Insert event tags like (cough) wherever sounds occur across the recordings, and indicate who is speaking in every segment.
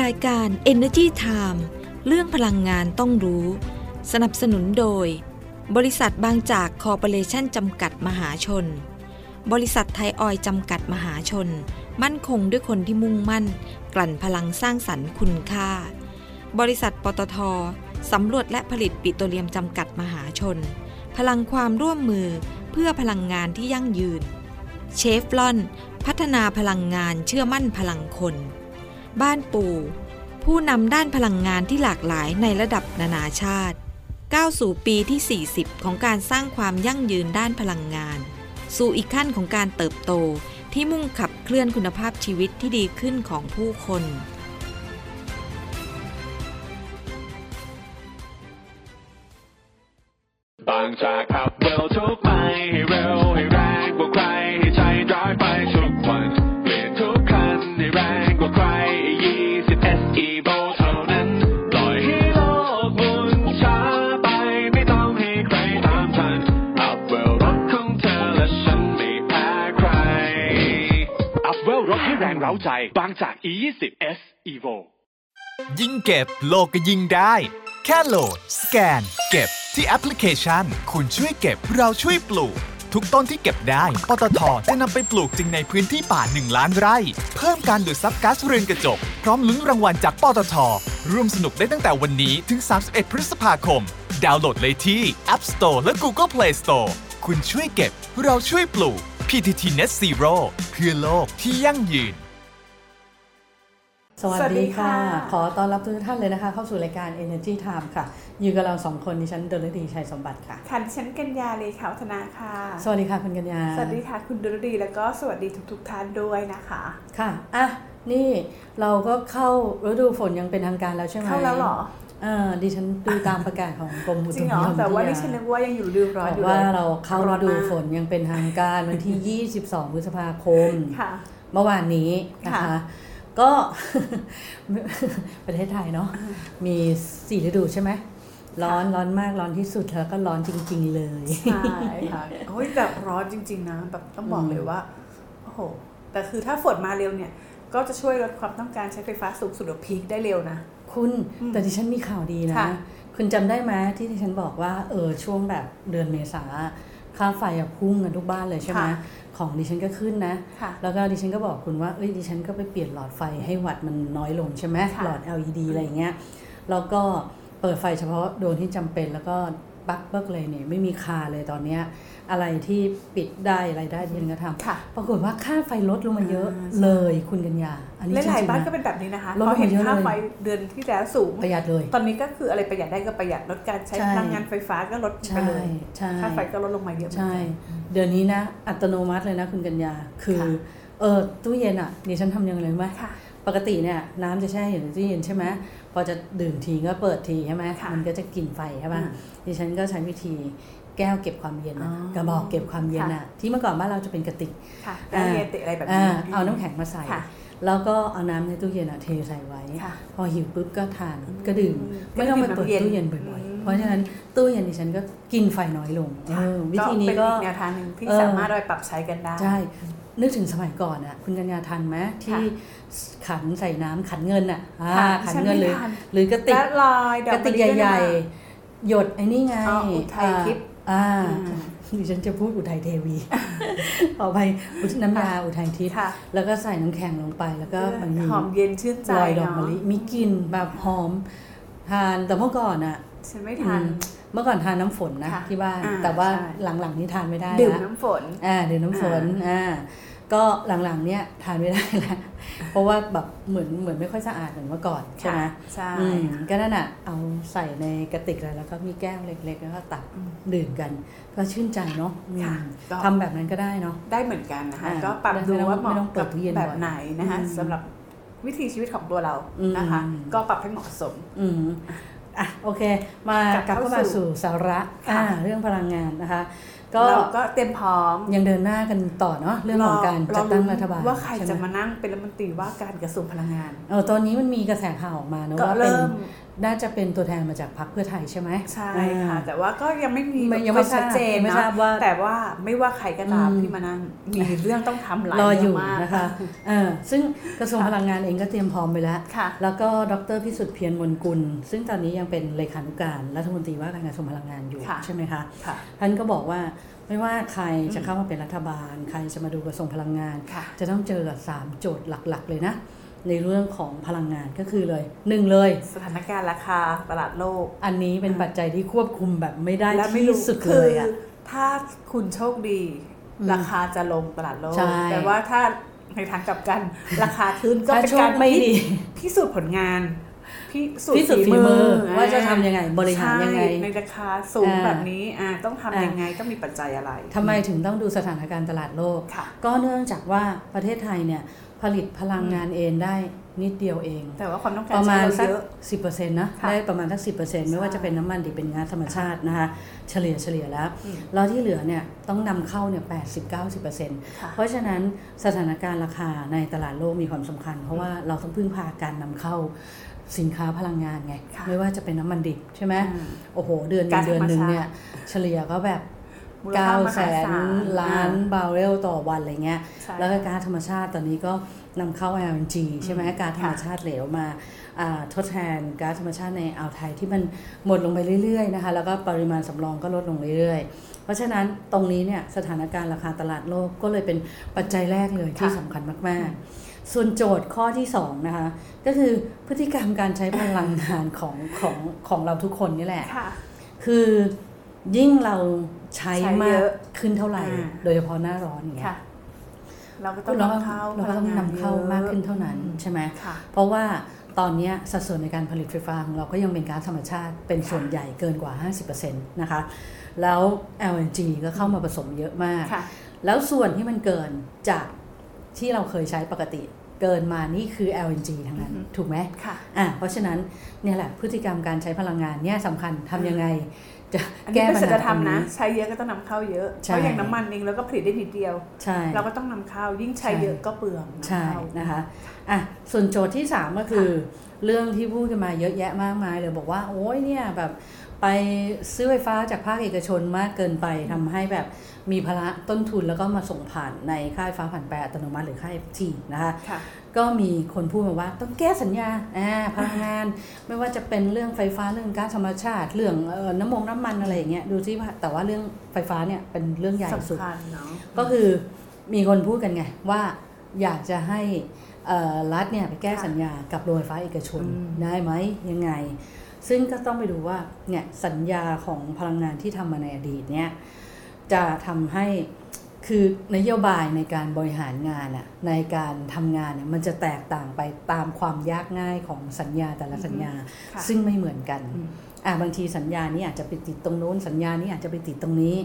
Speaker 1: รายการ Energy Time เรื่องพลังงานต้องรู้ สนับสนุนโดย บริษัทบางจากคอร์ปอเรชันจำกัดมหาชน บริษัทไทยออยล์จำกัดมหาชน มั่นคงด้วยคนที่มุ่งมั่น กลั่นพลังสร้างสรรค์คุณค่า บริษัทปตทสำรวจและผลิตปิโตรเลียมจำกัดมหาชน พลังความร่วมมือเพื่อพลังงานที่ยั่งยืน เชฟลอน พัฒนาพลังงานเชื่อมั่นพลังคน บ้านปู่ ผู้นำด้านพลังงานที่หลากหลายในระดับนานาชาติ ก้าวสู่ปีที่ 40 ของการสร้างความยั่งยืนด้านพลังงาน สู่อีกขั้นของการเติบโตที่มุ่งขับเคลื่อนคุณภาพชีวิตที่ดีขึ้นของผู้คน
Speaker 2: บางจากขับเร็วทุกไปให้เร็วให้แรงกว่าใครให้ใช้ร้อยไปทุกวันเปลี่ยนทุกคันให้แรงกว่าใคร20 SE v o เท่านั้นปล่อยให้โลกหมุนช้าไปไม่ต้องให้ใครตามทันอัพเวลรถของเธอและฉันไม่แพ้ใคร อัพเวลรถให้แรงเร้าใจ บางจาก E20 S Evo
Speaker 3: ยิ่งเก็บโลกก็ยิ่งได้ แค่โหลด สแกน เก็บที่แอปพลิเคชัน คุณช่วยเก็บเราช่วยปลูก ทุกต้นที่เก็บได้ ปตทจะนำไปปลูกจริงในพื้นที่ป่า 1 ล้านไร่ เพิ่มการดูดซับก๊าซเรือนกระจก พร้อมลุ้นรางวัลจากปตท ร่วมสนุกได้ตั้งแต่วันนี้ถึง 31 พฤษภาคม ดาวน์โหลดเลยที่ App Store และ Google Play Store คุณช่วยเก็บ เราช่วยปลูก PTT Net Zero เพื่อโลกที่ยั่งยืน
Speaker 4: สวัสดีค่ะ
Speaker 5: สวัสดีค่ะ
Speaker 4: ขอต้อนรับทุกท่านเลยนะคะ เข้าสู่รายการ Energy Time ค่ะ อยู่กับเราสองคนดิฉันดลดีชัยสมบัติค่ะ
Speaker 5: ค่ะดิฉันกัญญาเลขาวัฒนาค่ะ
Speaker 4: สวัสดีค่ะคุณกัญญา
Speaker 5: สวัสดีค่ะคุณดุลดีแล้วก็สวัสดีทุกๆท่านด้วยนะคะ
Speaker 4: ค่ะ อ่ะ นี่เราก็เข้าฤดูฝนอยังเป็นทางการแล้วใช่ไหม
Speaker 5: เข้าแล้วเหรอ
Speaker 4: เออดิฉันดูตามประกาศของกรมอุ
Speaker 5: จ
Speaker 4: ตุ
Speaker 5: ริง
Speaker 4: นิย
Speaker 5: เหรอ
Speaker 4: ม
Speaker 5: แต่ว่า
Speaker 4: วิทย
Speaker 5: ดิฉันนึกว่ายังอยู่ฤดูร้อน
Speaker 4: บ
Speaker 5: อ
Speaker 4: อยู่ ก
Speaker 5: ลย
Speaker 4: ว่าเราเข้าฤดู
Speaker 5: อนมก
Speaker 4: ฝนอยังเป็นทางการวัน
Speaker 5: (laughs)
Speaker 4: ที่ 22 พฤษภาคม
Speaker 5: ค่ะ
Speaker 4: เมื่อวานนี้นะคะ
Speaker 5: ค่ะ
Speaker 4: ก็ (laughs) ประเทศไทยเนาะมีสี่ฤดูใช่ไหมร้อนร้อนมากร้อนที่สุดแล้วก็ร้อนจริง ๆ เลย
Speaker 5: ใช่ค่ะโอ้ยแต่ร้อนจริง ๆนะแบบต้องบอกเลยว่าโอ้โหแต่คือถ้าฝนมาเร็วเนี่ย ก็จะช่วยลดความต้องการใช้ไฟฟ้าสูงสุดหรือพีคได้เร็วนะ
Speaker 4: (laughs) คุณแต่ดิฉันมีข่าวดีนะ
Speaker 5: ค่ะ
Speaker 4: คุณจำได้ไหมที่ดิฉันบอกว่าเออช่วงแบบเดือนเมษาค่าไฟอะพุ่งกันทุกบ้านเลยใช่ไหมของดิฉันก็ขึ้นนะ
Speaker 5: ค่ะ
Speaker 4: แล้วก็ดิฉันก็บอกคุณว่า เอ้ย ดิฉันก็ไปเปลี่ยนหลอดไฟให้วัตต์มันน้อยลงใช่ไหม
Speaker 5: ค่ะ
Speaker 4: หลอด LED อะไรอย่างเงี้ย แล้วก็เปิดไฟเฉพาะดวงที่จำเป็นแล้วก็ปลั๊กเบิกเลยเนี่ยไม่มีคาเลยตอนเนี้ย อะไรที่ปิดได้อะไรได้ดิฉันก็ท
Speaker 5: ค่ะ
Speaker 4: ำปรากฏว่าค่าไฟลดลงมาเยอะ
Speaker 5: อ่า
Speaker 4: เลยคุณกัญญา อันนี้
Speaker 5: และ
Speaker 4: จ
Speaker 5: หลาย
Speaker 4: ริงๆ
Speaker 5: บ้านก็
Speaker 4: นะ
Speaker 5: เป็นแบบนี้นะคะ
Speaker 4: ลดลง
Speaker 5: พอเห็น
Speaker 4: เยอะเลย
Speaker 5: ค่าไฟเดือนที่แล้วสูง
Speaker 4: ประหยัดเลย
Speaker 5: ตอนนี้ก็คืออะไรประหยัดได้ก็ประหยัดลดการใช้
Speaker 4: ใช่
Speaker 5: พลังงานไฟฟ้าก็ลดไป
Speaker 4: ใช่
Speaker 5: เลย
Speaker 4: ใช่
Speaker 5: ค่าไฟก็ลดลงมาเยอะเหมือน
Speaker 4: ใช่
Speaker 5: กัน
Speaker 4: เดี๋ยวนี้นะ อัตโนมัติเลยนะคุณกัญญา คือ
Speaker 5: ค่ะ
Speaker 4: เออตู้เย็นอ่ะดิฉันทำยังไงรู้ไหม
Speaker 5: ค่ะ
Speaker 4: ปกติเนี่ยน้ำจะแช่อยู่ในตู้เย็นใช่ไหมพอจะดื่มทีก็เปิดทีใช่ไหม
Speaker 5: ค่ะ
Speaker 4: มันก็จะกลิ่นไฟใช่ปะ
Speaker 5: อืม
Speaker 4: ดิฉันก็ใช้วิธีแก้วเก็บความเย็นน่ะ
Speaker 5: อ๋อก
Speaker 4: ระบอกเก็บความเย็นน่ะที่เมื่อก่อนบ้านเราจะเป็นกระติก
Speaker 5: ค่ะแก้วเยติอะไรแบบนี้
Speaker 4: อ่าเอาน้ำแข็งมาใส่
Speaker 5: ค่ะ
Speaker 4: แล้วก็เอาน้ำในตู้เย็นอะเทใส่ไว้
Speaker 5: ค่ะ
Speaker 4: พอหิวปุ๊บก็ทานก็ดื่ม
Speaker 5: อืม
Speaker 4: ไม่ต้องไปเปิด
Speaker 5: ก็ดื่ม
Speaker 4: ตู้
Speaker 5: น้ำเย็น
Speaker 4: เย็นบ่อย
Speaker 5: อืม
Speaker 4: ๆ เพราะฉะนั้นตู้เย็นดิฉันก็กินไฟน้อยลงเออวิธีนี้ก็
Speaker 5: เป็นอีแนวทางหนึ่งที่
Speaker 4: เออ
Speaker 5: สามารถเอาไปปรับใช้กันได้
Speaker 4: ใช่ นึกถึงสมัยก่อนอะคุณกัญญาทันไหมที่
Speaker 5: ค่ะ
Speaker 4: ขันใส่น้ำขันเงินอะอ่า
Speaker 5: ค่ะ
Speaker 4: ขัน
Speaker 5: ฉัน
Speaker 4: เงินห
Speaker 5: ไม่
Speaker 4: รือ
Speaker 5: ทัน
Speaker 4: หรือกระติก
Speaker 5: และลอยดอก
Speaker 4: ระติก
Speaker 5: มะลิ
Speaker 4: ใหญ่
Speaker 5: ด้วยนะ
Speaker 4: ๆ หยดไอ้นี่ไง
Speaker 5: อ๋ออุทัยทิพย์
Speaker 4: อ่า
Speaker 5: อืม
Speaker 4: ดิฉันจะพูดอุทัยเท
Speaker 5: (laughs)
Speaker 4: วี ขอไปน้ำยาอุทัยทิพย์
Speaker 5: ค่ะ
Speaker 4: แล้วก็ใส่น้ำแข็งลงไปแล้วก็มันมี
Speaker 5: หอมเย็นชื่นใจ
Speaker 4: ลอยดอกมะลิ
Speaker 5: เน
Speaker 4: มีกลิ่นแบบหอมทานแต่เมื่อก่อนอะ
Speaker 5: าะฉันไม่ทัน
Speaker 4: อืมเมื่อก่อนทานน้ำฝนนะ
Speaker 5: ค่ะ
Speaker 4: ที่บ้าน
Speaker 5: อ่า
Speaker 4: แต่ว่า
Speaker 5: ใช่
Speaker 4: หลังๆนี่ทานไม่ได้
Speaker 5: ดื่ม
Speaker 4: ละ
Speaker 5: น้ำฝน
Speaker 4: อ่าเดี๋ยวน้ำฝนอ่าก็หลังๆเนี่ยทานไม่ได้ละ เพราะว่า (laughs) แบบเหมือนเหมือนไม่ค่อยสะอาดเหมือนเมื่อก่อนใช่ไหม
Speaker 5: ค่ะใช่
Speaker 4: อืมก็นั่นอ่ะเอาใส่ในกระติกแล้วแล้วก็มีแก้วเล็กๆ แล้วก็ตัก
Speaker 5: อืม
Speaker 4: ดื่มกัน ก็ชื่นใจเนาะอืม
Speaker 5: ค่ะก็
Speaker 4: ทำแบบนั้นก็ได้เนาะ
Speaker 5: ได้เหมือนกันนะคะ
Speaker 4: อ่า
Speaker 5: ก็ปรับ
Speaker 4: ไม่
Speaker 5: ดู
Speaker 4: ต้อง
Speaker 5: ว่าเหมาะ
Speaker 4: ไม่ต้องเปิ
Speaker 5: กั
Speaker 4: ด
Speaker 5: บ
Speaker 4: ตู้เย็น
Speaker 5: แบบ
Speaker 4: บ่อย
Speaker 5: ไหนนะคะ
Speaker 4: อืม
Speaker 5: สำหรับวิถีชีวิตของตัวเรานะคะ
Speaker 4: อืม
Speaker 5: ก็ปรับให้เหมาะสม
Speaker 4: อืมอ่ะโอเค มาก
Speaker 5: กลั
Speaker 4: ลับบ เข้า
Speaker 5: เข้า
Speaker 4: มา
Speaker 5: สู่
Speaker 4: สู่สาระ
Speaker 5: ค่ะ
Speaker 4: อ่าเรื่องพลังงานนะคะ ก็
Speaker 5: เราก็เตรียมพร้อม
Speaker 4: ยังเดินหน้ากันต่อเนาะเรื่องของการจัดตั้งรัฐบาล
Speaker 5: ว่าใคร
Speaker 4: ช่ไห
Speaker 5: จะ
Speaker 4: ม
Speaker 5: มานั่งเป็นรัฐมนตรีว่าการกระทรวงพลังงาน
Speaker 4: เออตอนนี้มันมีกระแสข่าวออกมานะ
Speaker 5: ก็
Speaker 4: ว่า
Speaker 5: เริ่
Speaker 4: เป็น
Speaker 5: ม
Speaker 4: น่าจะเป็นตัวแทนมาจากพรรคเพื่อไทยใช่ไหม
Speaker 5: ใช่
Speaker 4: อ่า
Speaker 5: ค่ะ แต่ว่าก็ยังไม่มี
Speaker 4: ไม่ยัง
Speaker 5: ค
Speaker 4: ไม่
Speaker 5: วามชัดเจน
Speaker 4: ไม่ทรา
Speaker 5: นะ
Speaker 4: บว่า
Speaker 5: แต่ว่าไม่ว่าใครก็ตาม
Speaker 4: อืม
Speaker 5: ที่มานั่งมีเรื่องต้องทำหลาย
Speaker 4: รออ
Speaker 5: เรื่
Speaker 4: ยู่
Speaker 5: มาก
Speaker 4: นะคะเออซึ่งกระทรวงพลังงานเองก็เตรียมพร้อมไปแล้ว
Speaker 5: ค่ะ
Speaker 4: แล้วก็ดรพิสุทธิ์เพียรมนกุล ซึ่งตอนนี้ยังเป็นเลขานุการรัฐมนตรีว่าการกระทรวงพลังงานอยู่
Speaker 5: ค่ะ
Speaker 4: ใช่ไหมคะ
Speaker 5: ค่ะ
Speaker 4: ท่านก็บอกว่าไม่ว่าใครจะเข้ามาเป็นรัฐบาล ใครจะมาดูกระทรวงพลังงาน
Speaker 5: ค่ะ
Speaker 4: จะต้องเจอกับ 3 โจทย์หลักๆ เลยนะ ในเรื่องของพลังงานก็คือเลยหนึ่งเลย
Speaker 5: สถานการณ์ราคาตลาดโลก
Speaker 4: อันนี้เป็น
Speaker 5: อ่า
Speaker 4: ปัจจัยที่ควบคุมแบบไม่ได้
Speaker 5: และไม่
Speaker 4: ที่
Speaker 5: รู้
Speaker 4: สุด
Speaker 5: คื
Speaker 4: เลยอะ
Speaker 5: ถ้าคุณโชคดี
Speaker 4: อืม
Speaker 5: ราคาจะลงตลาดโลก
Speaker 4: ใช่
Speaker 5: แต่ว่าถ้าในทางกลับกัน ราคาขึ้นก็
Speaker 4: ถ้า
Speaker 5: เป็น
Speaker 4: โช
Speaker 5: กา
Speaker 4: ค
Speaker 5: ร
Speaker 4: ไม่
Speaker 5: พิ
Speaker 4: ดี
Speaker 5: พิสูจน์ผลงานพิสูจ
Speaker 4: ที่
Speaker 5: น์
Speaker 4: สุด
Speaker 5: ฝี
Speaker 4: ฝี
Speaker 5: มื
Speaker 4: มื
Speaker 5: อ
Speaker 4: อ
Speaker 5: อ่
Speaker 4: ว่าจะทำยังไงบริหารยังไง
Speaker 5: ใช่ในราคาสูง
Speaker 4: อ่า
Speaker 5: แบบนี้อ่าต้องทำ
Speaker 4: อ่ายั
Speaker 5: ยังไงต้องมีปัจจัยอะไร
Speaker 4: ทำไมถึงต้องดูสถานการณ์ตลาดโลก
Speaker 5: ค่ะ
Speaker 4: ก็เนื่องจากว่าประเทศไทยเนี่ยผลิตพลังงานเองได้นิดเดียวเอง
Speaker 5: แต่ว่าความต้องกา
Speaker 4: ป
Speaker 5: ร
Speaker 4: ระ
Speaker 5: ใช้
Speaker 4: มาณ
Speaker 5: เรา
Speaker 4: สัก
Speaker 5: เยอะ
Speaker 4: สิบเปอร์เซ็นต์นะ
Speaker 5: ค่ะ
Speaker 4: ได้ประมาณสักสิบเปอร์เซ็นต์ไม่ว่า
Speaker 5: ใช่
Speaker 4: จะเป็นน้ำมันดิบเป็นก๊าซธรรมชาตินะคะเฉลี่ยเฉลี่ยแล้ว
Speaker 5: อืม
Speaker 4: แล้วที่เหลือเนี่ยต้องนำเข้าเนี่ยแปดสิบเก้าสิบเปอร์เซ็นต์
Speaker 5: ค่ะ
Speaker 4: เพราะฉะนั้นสถานการณ์ราคาในตลาดโลกมีความสำคัญ เพราะว่าเราต้องพึ่งพาการนำเข้าสินค้าพลังงานไง
Speaker 5: ค่ะ
Speaker 4: ไม่ว่าจะเป็นน้ำมันดิบใช่ไหม
Speaker 5: อืม
Speaker 4: โอ้โห เดือนห
Speaker 5: ก๊า
Speaker 4: นึ่
Speaker 5: ซ
Speaker 4: งเดือนหนึ่ง
Speaker 5: ธรรมชาติ
Speaker 4: เนี่ยเฉลี่ยก็แบบ
Speaker 5: มูล
Speaker 4: เก้า
Speaker 5: ค่าม
Speaker 4: แส
Speaker 5: หศ
Speaker 4: น
Speaker 5: ล
Speaker 4: ล้านบาร์เรลต่อวันอะไรเงี้ย
Speaker 5: ใช่
Speaker 4: แล้วก็ก๊าซธรรมชาติตอนนี้ก็นำเข้า LNG ใช่ไหมก๊าซธรรมชาติเหลวมาอ่าทดแทนก๊าซธรรมชาติในอ่าวไทยที่มันหมดลงไปเรื่อยๆนะคะแล้วก็ปริมาณสำรองก็ลดลงเรื่อยๆ เพราะฉะนั้นตรงนี้เนี่ยสถานการณ์ราคาตลาดโลกก็เลยเป็นปัจจัยแรกเลยที่
Speaker 5: ค่ะ
Speaker 4: สำคัญมากๆ ส่วนโจทย์ข้อที่สองนะคะก็คือพฤติกรรมการใช้พลังงานของของของเราทุกคนนี่แหละ
Speaker 5: ค่ะ
Speaker 4: คือยิ่งเราใช้
Speaker 5: ใช้
Speaker 4: มา
Speaker 5: เย
Speaker 4: ก
Speaker 5: อะ
Speaker 4: ขึ้นเท่าไหร่
Speaker 5: อ่า
Speaker 4: โดยเฉพาะหน้าร้อนอย่างเงี้ย
Speaker 5: ค่ะ เราก็ต้
Speaker 4: ก็
Speaker 5: อง
Speaker 4: เราก็
Speaker 5: นำเข้า
Speaker 4: เราก็ต้องนำเข้ามากขึ้นเท่านั้นใช่ไหม
Speaker 5: ค่ะ
Speaker 4: เพราะว่าตอนเนี้ยสัดส่วนในการผลิตไฟฟ้าของเราก็ยังเป็นก๊าซธรรมชาติเป็นส่วนใหญ่เกินกว่า 50%นะคะ แล้ว LNG ก็เข้ามาผสมเยอะมาก
Speaker 5: ค่ะ
Speaker 4: แล้วส่วนที่มันเกินจากที่เราเคยใช้ปกติ เกินมานี่คือ LNG ทั้งนั้น
Speaker 5: อือฮึ
Speaker 4: ถูกไหม
Speaker 5: ค่ะ
Speaker 4: อ่ะเพราะฉะนั้นเนี่ยแหละพฤติกรรมการใช้พลังงานเนี่ยสำคัญทำยังไง จะ
Speaker 5: อันนี้
Speaker 4: แก้
Speaker 5: เป็
Speaker 4: ปั
Speaker 5: น
Speaker 4: ญ
Speaker 5: สัจ
Speaker 4: หาต
Speaker 5: ธร
Speaker 4: ร
Speaker 5: รม
Speaker 4: ง
Speaker 5: นะ
Speaker 4: นี้
Speaker 5: ใช้เยอะก็ต้องนำเข้าเยอะ
Speaker 4: ใช่
Speaker 5: เพราะอย่างน้ำมันเองเราก็ผลิตได้นิดเดียว
Speaker 4: ใช่
Speaker 5: เราก็ต้องนำเข้ายิ่งใช้เยอะก็เปลืองนำ
Speaker 4: ใช่
Speaker 5: เข้า
Speaker 4: นะคะอ่ะส่วนโจทย์ที่ 3 ก็คือ เรื่องที่พูดกันมาเยอะแยะมากมายเลยบอกว่า โอ้ยเนี่ยแบบไปซื้อไฟฟ้าจากภาคเอกชนมากเกินไปทำให้แบบมีภาระต้นทุนแล้วก็มาส่งผ่านในค่ายฟ้าผ่านแปรอัตโนมัติหรือค่าย FT นะคะ
Speaker 5: ค่ะ
Speaker 4: ก็มีคนพูดมาว่าต้องแก้สัญญาอ่าพลังงาน ไม่ว่าจะเป็นเรื่องไฟฟ้าเรื่องก๊าซธรรมชาติ เรื่องเอ่อน้ำมงน้ำมันอะไรอย่างเงี้ยดูที่ว่าแต่ว่าเรื่องไฟฟ้าเนี่ยเป็นเรื่องใหญ่สุด
Speaker 5: สำคัญเนาะ
Speaker 4: ก็คือมีคนพูดกันไง ว่าอยากจะให้เอ่อรัฐเนี่ยไปแก้
Speaker 5: ค่ะ
Speaker 4: สัญญากับโรงไฟฟ้าเอกชน
Speaker 5: อืม
Speaker 4: ได้ไหมยังไง ซึ่งก็ต้องไปดูว่าเนี่ยสัญญาของพลังงานที่ทำมาในอดีตเนี่ยจะทำให้คือนโยบายในการบริหารงานอะในการทำงานเนี่ยมันจะแตกต่างไปตามความยากง่ายของสัญญาแต่ละสัญญา
Speaker 5: ค่ะ
Speaker 4: ซึ่งไม่เหมือนกัน
Speaker 5: อืม
Speaker 4: อ่าบางทีสัญญานี้อาจจะไปติดตรงโน้น สัญญานี้อาจจะไปติดตรงนี้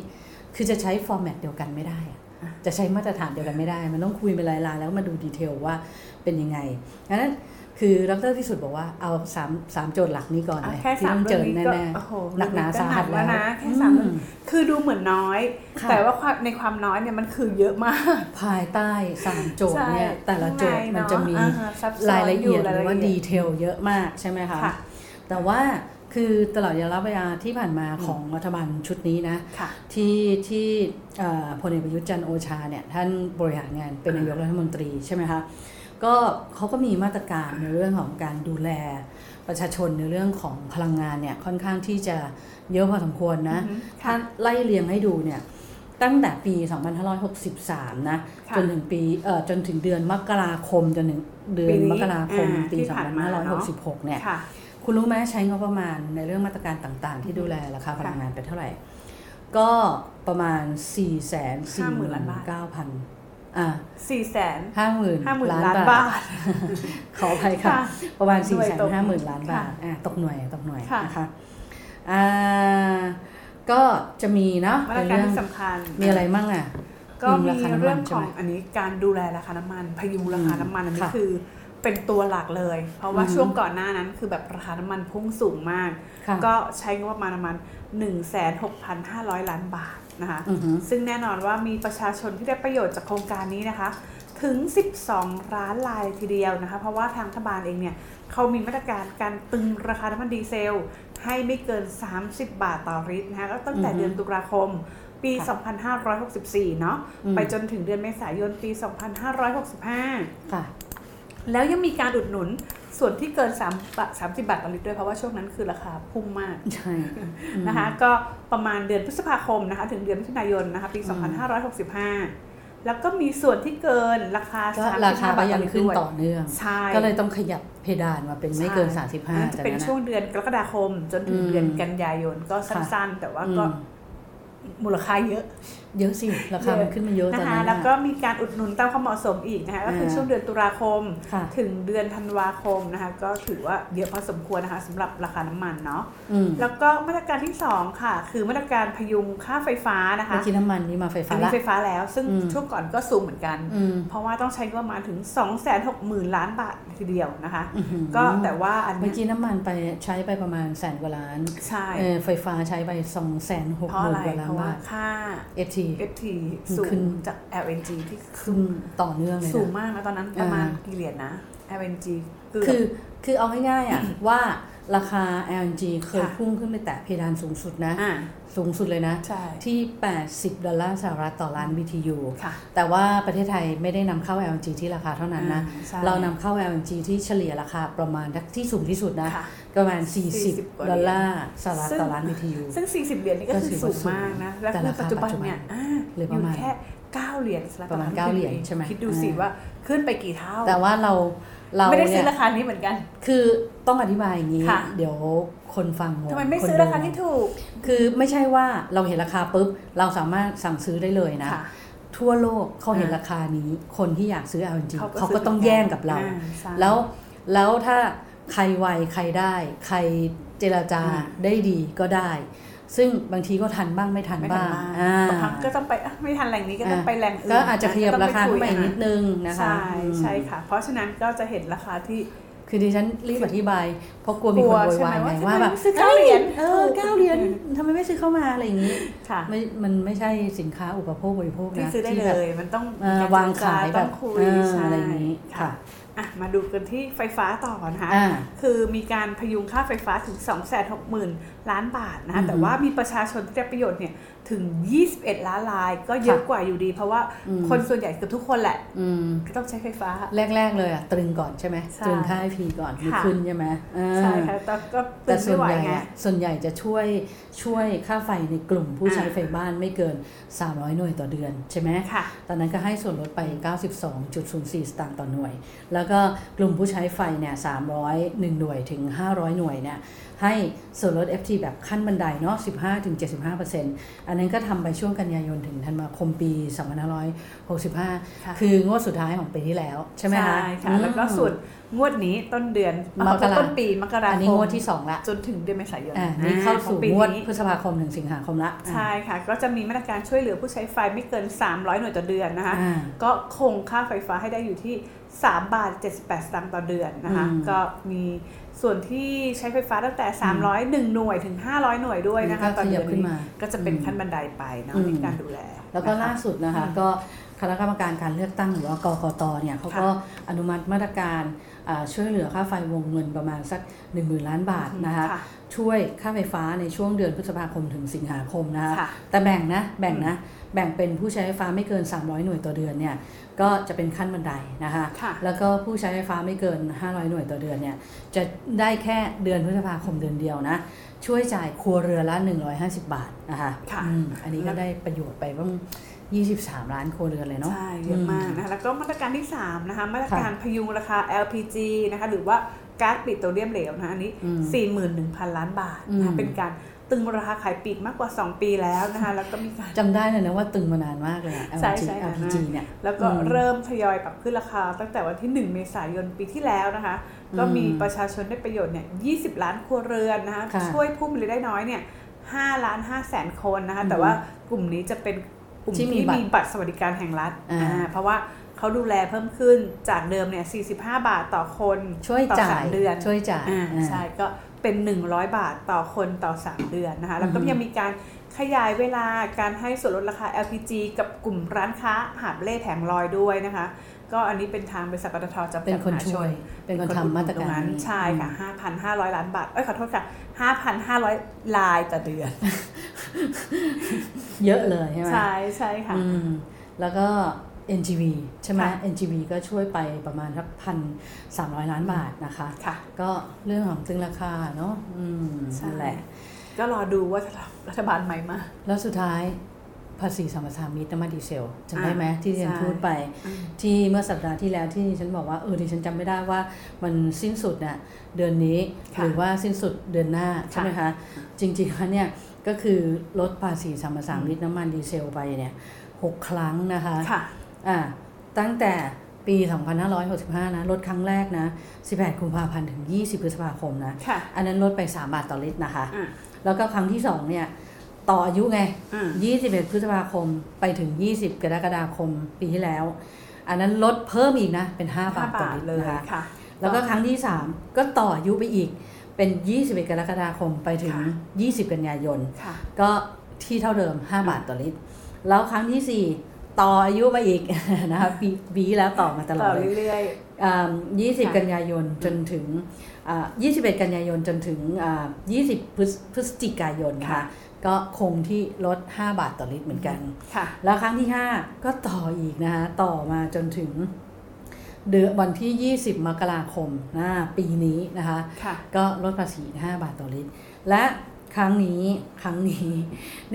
Speaker 4: คือจะใช้ฟอร์แมตเดียวกันไม่ได้อะจะใช้มาตรฐานเดียวกันไม่ได้ มันต้องคุยเป็นรายลายๆแล้วมาดูดีเทลว่าเป็นยังไงอันนั้นคือดรพิสุทธิ์บอกว่าเอาสามสามโจทย์หลักนี้ก่อน
Speaker 5: อ่ะ
Speaker 4: เลย
Speaker 5: แค่
Speaker 4: ที่
Speaker 5: สาม
Speaker 4: ต้องเจ
Speaker 5: เรื่อ
Speaker 4: อ
Speaker 5: งนี้ก็
Speaker 4: แน่
Speaker 5: โอ้โห
Speaker 4: ๆหนักหนาสาหัส
Speaker 5: หนักแล้
Speaker 4: แล้วว
Speaker 5: นะแค่สามเรื่อง
Speaker 4: อืม
Speaker 5: คือดูเหมือนน้อย
Speaker 4: ค่ะ
Speaker 5: แต่ว่าความในความน้อยเนี่ยมันคือเยอะมาก
Speaker 4: ภายใต้สามโจทย์เนี่ย
Speaker 5: ใช่
Speaker 4: แต่ละโจทย์
Speaker 5: ข้างใ
Speaker 4: มันจะมี
Speaker 5: เนออ่ซับซ้น
Speaker 4: รายละเอียดหรือว่าดี
Speaker 5: ย
Speaker 4: เทลเยอะมากใช่ไหมคะ
Speaker 5: ค่ะ
Speaker 4: แต่ว่าคือตลอดระยะเวลาที่ผ่านมาของรัฐบาลชุดนี้นะ
Speaker 5: ค่ะ
Speaker 4: ที่ที่เอ่อพลเอกประยุทธ์จันทร์โอชาเนี่ยท่านบริหารงานเป็นนายกรัฐมนตรีใช่ไหมคะก็เขาก็มีมาตรการในเรื่องของการดูแลประชาชนในเรื่องของพลังงานเนี่ยค่อนข้างที่จะเยอะพอสมควรนะ
Speaker 5: อือฮึ
Speaker 4: ถ้าไล่เรียงให้ดูเนี่ยตั้งแต่ปี 2563 นะ
Speaker 5: ค่ะ
Speaker 4: จนถึงปีเอ่อจนถึงเดือนมกราคมจนถึงเดือ
Speaker 5: ปี
Speaker 4: น
Speaker 5: นี้
Speaker 4: มกราคม
Speaker 5: อ่า
Speaker 4: ปี
Speaker 5: ที่ผ่านมาเนอะ
Speaker 4: 2566 เนี่ย
Speaker 5: ค่ะ
Speaker 4: คุณรู้ไหมใช้งบประมาณในเรื่องมาตรการต่างๆ ที่ดูแลราคาพลังงานไปเท่าไหร่ ก็ประมาณ 4 4 9 0 0
Speaker 5: 50,000ล้านบาท
Speaker 4: 0อ่า
Speaker 5: สี่แสนห้าหมื่น
Speaker 4: 50,000 ล้าน
Speaker 5: ล้าน
Speaker 4: บา
Speaker 5: บา
Speaker 4: ท
Speaker 5: ท
Speaker 4: ขออภัยค่ะ
Speaker 5: ค่ะ
Speaker 4: ประมาณ
Speaker 5: หน่วยตก
Speaker 4: 4 5 0 0 0 ล้านบา
Speaker 5: ค่ะ
Speaker 4: ทอ่ะตกหน่วยตกหน่วย
Speaker 5: ค่ะ
Speaker 4: นะคะอ่าก็จะมีเนาะ
Speaker 5: มาตร
Speaker 4: ใน
Speaker 5: การ
Speaker 4: เรื่อง
Speaker 5: ที่สำคัญ
Speaker 4: มีอะไรมั่งอ่ะ
Speaker 5: ก็มี
Speaker 4: ราคาน้ำมัน
Speaker 5: เรื่องของ
Speaker 4: ใช่ไหม
Speaker 5: อันนี้การดูแลราคาน้ำมันพยุงราคาน้ำมันอันนี้
Speaker 4: ค่ะ
Speaker 5: คือเป็นตัวหลักเลย เพราะว่า
Speaker 4: อืม
Speaker 5: ช่วงก่อนหน้านั้นคือแบบราคาน้ำมันพุ่งสูงมาก
Speaker 4: ค่ะ
Speaker 5: ก็ใช้งบประมาณประมาณ 1 6 5 0 0 ล้านบาทนะคะ
Speaker 4: อือฮึ
Speaker 5: ซึ่งแน่นอนว่ามีประชาชนที่ได้ประโยชน์จากโครงการนี้นะคะ ถึง 12 ร้านลายทีเดียวนะคะ เพราะว่าทางรัฐบาลเองเนี่ยเขามีมาตรการการตึงราคาน้ำมันดีเซล ให้ไม่เกิน 30 บาทต่อลิตรนะคะก็ตั้งแต่
Speaker 4: อือฮึ
Speaker 5: เดือนตุลาคมปี 2564 เนาะ
Speaker 4: อืม
Speaker 5: ไปจนถึงเดือนเมษายนปี 2565
Speaker 4: ค่ะ
Speaker 5: แล้วยังมีการอุดหนุนส่วนที่เกิน3บาท30 บาทต่อลิตรด้วยเพราะว่าช่วงนั้นคือราคาพุ่งมาก
Speaker 4: ใช่
Speaker 5: นะคะก็ประมาณเดือนพฤษภาคมนะคะถึงเดือนมิถุนายนนะคะปี
Speaker 4: อืม
Speaker 5: 2565 แล้วก็มีส่วนที่เกินราคา
Speaker 4: ก็
Speaker 5: สม
Speaker 4: รา
Speaker 5: สิบ
Speaker 4: คาก็
Speaker 5: ห้บท
Speaker 4: ยัง
Speaker 5: ลิตร
Speaker 4: ขึ้น
Speaker 5: ด้วย
Speaker 4: ต่อเนื่อง
Speaker 5: ใช่
Speaker 4: ก็เลยต้องขยับเพดานมาเป็นไม่เกิน35
Speaker 5: อัจะ
Speaker 4: จาก
Speaker 5: เป็น
Speaker 4: นั้น
Speaker 5: ช่ว
Speaker 4: นะ
Speaker 5: งเดือนกรกฎาคมจนถึง
Speaker 4: อืม
Speaker 5: เดือนกันยายนก็สั้นๆ แต่ว่าก็
Speaker 4: อืม
Speaker 5: มูลค่าเยอะ
Speaker 4: เยอะสิ ราคามันขึ้นมาเยอะตอ
Speaker 5: นะ
Speaker 4: น
Speaker 5: คะ
Speaker 4: นั้น
Speaker 5: แล้วก็
Speaker 4: น่ะ
Speaker 5: มีการอุดหนุนตามความเหมาะสมอีกนะคะก็คือ
Speaker 4: เออ
Speaker 5: ช่วงเดือนตุลาคม
Speaker 4: ค่ะ
Speaker 5: ถึงเดือนธันวาคมนะคะก็ถือว่าเยอะพอสมควรนะคะสำหรับราคาน้ำมันเนาะ
Speaker 4: อืม
Speaker 5: แล้วก็มาตรการที่สองค่ะ คือมาตรการพยุงค่าไฟฟ้านะคะ
Speaker 4: เมื่อกี้น้ำมันนี่มาไฟฟ้า
Speaker 5: อันนี้
Speaker 4: ละ
Speaker 5: ไฟฟ้าแล้วซึ่ง
Speaker 4: อืม
Speaker 5: ช่วงก่อนก็สูงเหมือนกัน
Speaker 4: อืม
Speaker 5: เพราะว่าต้องใช้งบประมาณถึง 2 6 0 0 0 0 ล้านบาททีเดียวนะคะ ก็แต่ว่าอัน
Speaker 4: เมื่อ
Speaker 5: เนี้
Speaker 4: ย กี้น้ำมันไปใช้ไปประมาณแสนกว่าล้าน
Speaker 5: ใช่
Speaker 4: เออไฟฟ้าใช้ไปสองแสนหก
Speaker 5: เพ
Speaker 4: ห
Speaker 5: ราะ
Speaker 4: มื่
Speaker 5: อะ
Speaker 4: นกว่า
Speaker 5: ไร
Speaker 4: ล้าน
Speaker 5: เพราะว่า
Speaker 4: บาท
Speaker 5: ค่า
Speaker 4: FT
Speaker 5: FT สู
Speaker 4: ขึ้
Speaker 5: ง
Speaker 4: น
Speaker 5: จาก LNG ที่
Speaker 4: ขึ้
Speaker 5: ขึ้
Speaker 4: น
Speaker 5: น
Speaker 4: ต่อเนื่องเลย
Speaker 5: สูง
Speaker 4: นะ
Speaker 5: มากนะตอนนั้นประมาณ
Speaker 4: อ่า
Speaker 5: กี่เหรียญนะ LNG เกือบ
Speaker 4: คือคือเอาง่ายๆอ่ะ ว่าราคา LNG เคย
Speaker 5: ค่ะ
Speaker 4: พุ่งขึ้นไปแตะเพดานสูงสุดนะ
Speaker 5: อ่า
Speaker 4: สูงสุดเลยนะ
Speaker 5: ใช่
Speaker 4: ที่ 80 ดอลลาร์สหรัฐต่อล้าน BTU
Speaker 5: ค่ะ
Speaker 4: แต่ว่าประเทศไทยไม่ได้นำเข้า LNG ที่ราคาเท่านั้นนะ
Speaker 5: อ่าใช่
Speaker 4: เรานำเข้า LNG ที่เฉลี่ยราคาประมาณที่สูงที่สุดนะ
Speaker 5: ค่ะ
Speaker 4: ประมาณ
Speaker 5: 40
Speaker 4: 40 ดอลลาร์สหรัฐต่อล้าน BTU
Speaker 5: ซึ่ง 40 เหรียญนี่ก็คือ
Speaker 4: ก็ถื
Speaker 5: สู
Speaker 4: อว่าง
Speaker 5: มากนะ แล้ว
Speaker 4: แต่
Speaker 5: คือ
Speaker 4: ราคา
Speaker 5: ปัจจุบันเนี่ยอ่า
Speaker 4: เหลือ
Speaker 5: อ
Speaker 4: ประ
Speaker 5: ยู่
Speaker 4: มาณ
Speaker 5: แค่ 9 เหรียญสหรัฐ
Speaker 4: ประมาณ
Speaker 5: ต่อล้
Speaker 4: 9
Speaker 5: น
Speaker 4: เหรียญใช่ไหม
Speaker 5: คิดดูสิ
Speaker 4: อ่า
Speaker 5: ว่าขึ้นไปกี่เท่า
Speaker 4: แต่ว่าเราเรา
Speaker 5: ไม่ได้ซื้อ
Speaker 4: เนี่ย
Speaker 5: ราคานี้เหมือนกัน
Speaker 4: คือต้องอธิบายอย่างนี้
Speaker 5: ค่ะ
Speaker 4: เดี๋ยวคนฟังงง
Speaker 5: ทำไมไม่
Speaker 4: น
Speaker 5: ซื้อ
Speaker 4: ดู
Speaker 5: ราคาที่ถูก
Speaker 4: คือไม่ใช่ว่าเราเห็นราคาปุ๊บ เราสามารถสั่งซื้อได้เลยนะ
Speaker 5: ค่ะ
Speaker 4: ทั่วโลกเขาเห็น
Speaker 5: อ่า
Speaker 4: ราคานี้ คนที่อยากซื้อ LNG
Speaker 5: เขาก็
Speaker 4: เขา
Speaker 5: ซื้
Speaker 4: ก็
Speaker 5: อ
Speaker 4: ต้อง
Speaker 5: เหมือนกัน
Speaker 4: แย่งกับเรา
Speaker 5: อ่าใช่
Speaker 4: แล้วแล้วถ้าใครไวใครได้ ใครเจรจา
Speaker 5: อ่า
Speaker 4: ได้ดีก็ได้ ซึ่งบางทีก็ทันบ้างไม่ทัน
Speaker 5: ไม่ทั
Speaker 4: บ้าน ง
Speaker 5: บ้าง
Speaker 4: อ่า
Speaker 5: บางครั้งก็ต้องไปอ่ะไม่ทันแหล่งนี้ก็ต้องไปแหล่งอื่น
Speaker 4: ก็อาจจะขยับ
Speaker 5: ก็ต้
Speaker 4: ราง คาขึ้นไป
Speaker 5: ย
Speaker 4: นิดนึงนะคะ
Speaker 5: ใช่
Speaker 4: อืม
Speaker 5: ใช่ค่ะ เพราะฉะนั้นก็จะเห็นราคาที่
Speaker 4: คือดิฉันรีบอธิบาย เพราะกลัวมีคน
Speaker 5: กลั
Speaker 4: โว
Speaker 5: วย ใช่
Speaker 4: วา
Speaker 5: ไหม
Speaker 4: ยไง
Speaker 5: ว่า
Speaker 4: ว่าแบบ
Speaker 5: ทำไมไม่ซื้อเก้าเหรียญ
Speaker 4: เออ
Speaker 5: เออ
Speaker 4: เก้าเหรียญทำไมไม่ซื้อเข้ามาอะไรอย่างนี้
Speaker 5: ค่ะ
Speaker 4: ไม่มันไม่ใช่สินค้าอุปโภคบริโภค
Speaker 5: ที่
Speaker 4: นะ
Speaker 5: ซื้อได้
Speaker 4: ที่
Speaker 5: เล
Speaker 4: แบบ
Speaker 5: ย มันต้อง
Speaker 4: เอ่อ
Speaker 5: มีกร
Speaker 4: วางขาย
Speaker 5: เจรจ
Speaker 4: แบ
Speaker 5: ต้อบ งคุย
Speaker 4: เออ
Speaker 5: ใช่
Speaker 4: อะไรอย่างนี้ค่ะ
Speaker 5: อ่ะ มาดูกันที่ไฟฟ้าต่อนะคะ
Speaker 4: อ่า
Speaker 5: คือมีการพยุงค่าไฟฟ้าถึง 2 6 0 0 0 0 ล้านบาทนะ
Speaker 4: อื
Speaker 5: คะ
Speaker 4: อหือ
Speaker 5: แต่ว่ามีประชาชนที่ได้ประโยชน์เนี่ยถึง 21 ล้านราย ก็เยอะ
Speaker 4: ค่ะ
Speaker 5: กว่าอยู่ดี เพราะว่า
Speaker 4: อืม
Speaker 5: คนส่วนใหญ่เกือบทุกคนแหละ
Speaker 4: อืม
Speaker 5: ก็ต้องใช้ไฟฟ้า
Speaker 4: แรก ๆ เลยอ่ะ ตรึงก่อนใช่ไหม
Speaker 5: ใช่
Speaker 4: ตรึงค่าไอพีก่อนมี
Speaker 5: ค่ะ
Speaker 4: ขึ้นใช่ไหมอ่า
Speaker 5: ใช่ค่ะแต่ก็
Speaker 4: แต่ส่
Speaker 5: ตื่นไม่
Speaker 4: วน
Speaker 5: ไหว
Speaker 4: ใหญ่
Speaker 5: ไง
Speaker 4: อะส่วนใหญ่จะช่วยช่วยค่าไฟในกลุ่มผู้ใช้
Speaker 5: อ่า
Speaker 4: ไฟบ้านไม่เกิน 300 หน่วยต่อเดือนใช่ไหม
Speaker 5: ค่ะ
Speaker 4: ตอนนั้นก็ให้ส่วนลดไป 92.04 สตางค์ต่อหน่วย แล้วก็กลุ่มผู้ใช้ไฟเนี่ย 301 หน่วยถึง 500 หน่วยเนี่ย ให้ส่วนลด FT แบบขั้นบันไดเนาะ 15-75%อันนั้นก็ทำไปช่วงกันยายนถึงธันวาคมปี
Speaker 5: ค่ะ
Speaker 4: 2565 คืองวดสุดท้ายของปีที่แล้ว ใช่ไหมคะ
Speaker 5: ค่ะ
Speaker 4: อืม
Speaker 5: แล้วก็ส่วนงวดนี้ต้นเดือน
Speaker 4: มกรา
Speaker 5: ต้นปีมกราคม
Speaker 4: อันนี้งวดที่ 2 ละ
Speaker 5: จนถึงเดือนเมษายน
Speaker 4: อ่านี่เข้าสู่
Speaker 5: ขอปี
Speaker 4: งวด
Speaker 5: นี้
Speaker 4: พฤษภาคมถึงสิงหาคมละอ่า
Speaker 5: ใช่ค่ะ ก็จะมีมาตรการช่วยเหลือผู้ใช้ไฟไม่เกิน 300 หน่วยต่อเดือนนะคะ
Speaker 4: อ่า
Speaker 5: ก็คงค่าไฟฟ้าให้ได้อยู่ที่ 3 บาท 78 สตางค์ต่อเดือนนะคะ
Speaker 4: อืม
Speaker 5: ก็มีส่วนที่ใช้ไฟฟ้าตั้งแต่ 301 หน่วยถึง 500 หน่วยด้วยนะคะ
Speaker 4: ก็
Speaker 5: ต่อ
Speaker 4: ข
Speaker 5: เดื
Speaker 4: ยั
Speaker 5: อบ น
Speaker 4: ขึ้น
Speaker 5: นี้
Speaker 4: มา
Speaker 5: ก็จะเป็นขั้นบันไดไปเนาะ
Speaker 4: อืม
Speaker 5: ในการดูแล
Speaker 4: แล้วก็
Speaker 5: นะคะ
Speaker 4: ล่าสุดนะคะก็คณะกรรมการการเลือกตั้งหรือว่ากกตเนี่ยเขาก็อนุมัติมาตรการอ่าช่วยเหลือค่าไฟวงเงินประมาณสัก 1 0,000 ล้านบาทนะคะ
Speaker 5: ค่ะ
Speaker 4: ช่วยค่าไฟฟ้าในช่วงเดือนพฤษภาคมถึงสิงหาคมนะคะ
Speaker 5: ค่ะ
Speaker 4: แต่แบ่งนะแบ่งนะแบ่งเป็นผู้ใช้ไฟฟ้าไม่เกิน 300 หน่วยต่อเดือนเนี่ยก็จะเป็นขั้นบันไดนะคะ
Speaker 5: ค่ะ
Speaker 4: แล้วก็ผู้ใช้ไฟฟ้าไม่เกิน 500 หน่วยต่อเดือนเนี่ยจะได้แค่เดือนพฤษภาคมเดือนเดียวนะช่วยจ่ายครัวเรือนละ 150 บาทนะคะ
Speaker 5: ค่ะ
Speaker 4: อืมอันนี้ก็ ได้ประโยชน์ไปบ้าง23 ล้านครัวเรือนเลยเนาะ
Speaker 5: ใช่เยอะมากนะคะแล้วก็มาตรการที่ 3 นะคะ มาตรการพยุงราคา LPG นะคะ หรือว่าก๊าซปิโตรเลียมเหลวนะคะอันนี้
Speaker 4: อืม
Speaker 5: 41,000 ล้านบาท
Speaker 4: อื
Speaker 5: นะคะ
Speaker 4: ม
Speaker 5: เป็นการตึงราคาขายปลีกมากกว่า 2 ปีแล้วนะคะ แล้วก็มีการ
Speaker 4: จำได้เลยนะว่าตึงมานานมากเลยอะ
Speaker 5: ใช่
Speaker 4: LG
Speaker 5: ใช่
Speaker 4: LPG เนี่ย
Speaker 5: แล้วก็
Speaker 4: อืม
Speaker 5: เริ่มทยอยปรับขึ้นราคาตั้งแต่วันที่ 1 เมษายนปีที่แล้วนะคะ ก็มี
Speaker 4: อืม
Speaker 5: ประชาชนได้ประโยชน์เนี่ย 20 ล้านครัวเรือนนะคะ
Speaker 4: ค่ะ
Speaker 5: ช่วยผู้มีรายได้น้อยเนี่ย5ล้าน5แสนคนนะคะ
Speaker 4: อืม
Speaker 5: แต่ว่ากลุ่มนี้จะเป็นกลุ่ม
Speaker 4: ที่
Speaker 5: ที่
Speaker 4: มีบั
Speaker 5: มี
Speaker 4: ตร
Speaker 5: บัตรสวัสดิการแห่งรัฐ
Speaker 4: อ่า
Speaker 5: อ่าเพราะว่าเขาดูแลเพิ่มขึ้นจากเดิมเนี่ย 45 บาทต่อคน
Speaker 4: ช่วย
Speaker 5: ต่อ
Speaker 4: จ่า
Speaker 5: สาย มเดือน
Speaker 4: ช่วยจ่าย
Speaker 5: อ่า
Speaker 4: อ่า
Speaker 5: ใช่ก็เป็น 100 บาทต่อคนต่อ 3 เดือนนะคะ แล้วก็
Speaker 4: อือฮึ
Speaker 5: ยังมีการขยายเวลาการให้ส่วนลดราคา LPG กับกลุ่มร้านค้าหาบเล่แผงลอยด้วยนะคะ ก็อันนี้เป็นทางบริษัทปตทจำกัด
Speaker 4: เป็นคน
Speaker 5: มหา
Speaker 4: ช่วย เป็นคนทำมาตร
Speaker 5: อุด
Speaker 4: การ
Speaker 5: หนุนตงนั้น
Speaker 4: นี้
Speaker 5: ใช่ค่ะ 5,500 ล้านบาท เอ้ยขอโทษค่ะ 5,500 ลายต่อเดือน
Speaker 4: เยอะเลยใช่ไหม
Speaker 5: ใช่ใช่ค่ะ
Speaker 4: อืมแล้วก็ NGV ใช่ไหม
Speaker 5: ค่ะ
Speaker 4: NGV ก็ช่วยไปประมาณทักพันสามร้อยล้านบาทนะคะ
Speaker 5: ค่ะ
Speaker 4: ก็เรื่องของตึงราคาเนาะอืม
Speaker 5: ใช่
Speaker 4: นั่นแหละ
Speaker 5: ก็รอดูว่ารัฐบาลใหม่มา
Speaker 4: แล้วสุดท้ายภาษีสัมปทานมิตรน้ำมันดีเซลจำได้ไหม
Speaker 5: อ่ะ
Speaker 4: ที่ดิฉัน
Speaker 5: ใช่
Speaker 4: พูดไป
Speaker 5: อืม
Speaker 4: ที่เมื่อสัปดาห์ที่แล้วที่ดิฉันบอกว่าเออดิฉันจำไม่ได้ว่ามันสิ้นสุดน่ะเดือนนี้หรือว่าสิ้นสุดเดือนหน้าใช่ไหมคะจริงๆแล้วเนี่ยก็คือลดภาษีสัมปทานมิตรน้ำมันดีเซลไปเนี่ยหกครั้งนะคะ
Speaker 5: ค่ะ
Speaker 4: อ่าตั้งแต่ปี 2565 นะลดครั้งแรกนะ 18 กุมภาพันธ์ถึง 20 พฤษภาคมนะ
Speaker 5: ค่ะ
Speaker 4: อันนั้นลดไป 3 บาทต่อลิตรนะคะ
Speaker 5: อ่ะ
Speaker 4: แล้วก็ครั้งที่สองเนี่ย ต่ออายุไง
Speaker 5: อืม
Speaker 4: 21 พฤษภาคมไปถึง 20 กรกฎาคมปีที่แล้ว อันนั้นลดเพิ่มอีกนะ เป็น 5 บาทต่อลิตร
Speaker 5: เลย
Speaker 4: นะคะ
Speaker 5: ค่ะ
Speaker 4: แล้วก็ครั้งที่ 3 ก็ต่ออายุไปอีกเป็น 21 กรกฎาคมไปถึง
Speaker 5: ค่ะ
Speaker 4: 20 กันยายน
Speaker 5: ค่ะ
Speaker 4: ก็ที่เท่าเดิม 5 บาทต่อลิตร แล้วครั้งทีสี่ 4 ต่ออายุมาอีก (laughs) นะคะปีปีที่แล้วต่อมาตลอ
Speaker 5: ต่
Speaker 4: ด
Speaker 5: อ
Speaker 4: เลย
Speaker 5: เรื่อย
Speaker 4: อ่า
Speaker 5: ค่ะ
Speaker 4: 20 กันยายนจนถึงอ่า21 กันยายนจนถึงอ่า20 พฤศพฤศจิกายนนะ
Speaker 5: ค่ะ
Speaker 4: ค่ะ ก็คงที่ลด 5 บาทต่อลิตรเหมือนกัน
Speaker 5: ๆ ค่ะ
Speaker 4: แล้วครั้งที่ 5 ก็ต่ออีกนะคะต่อมาจนถึงเดือนวันที่ 20 มกราคมนะปีนี้นะคะ
Speaker 5: ค่ะ
Speaker 4: ก็ลดภาษี 5 บาทต่อลิตร และครั้งนี้ครั้งนี้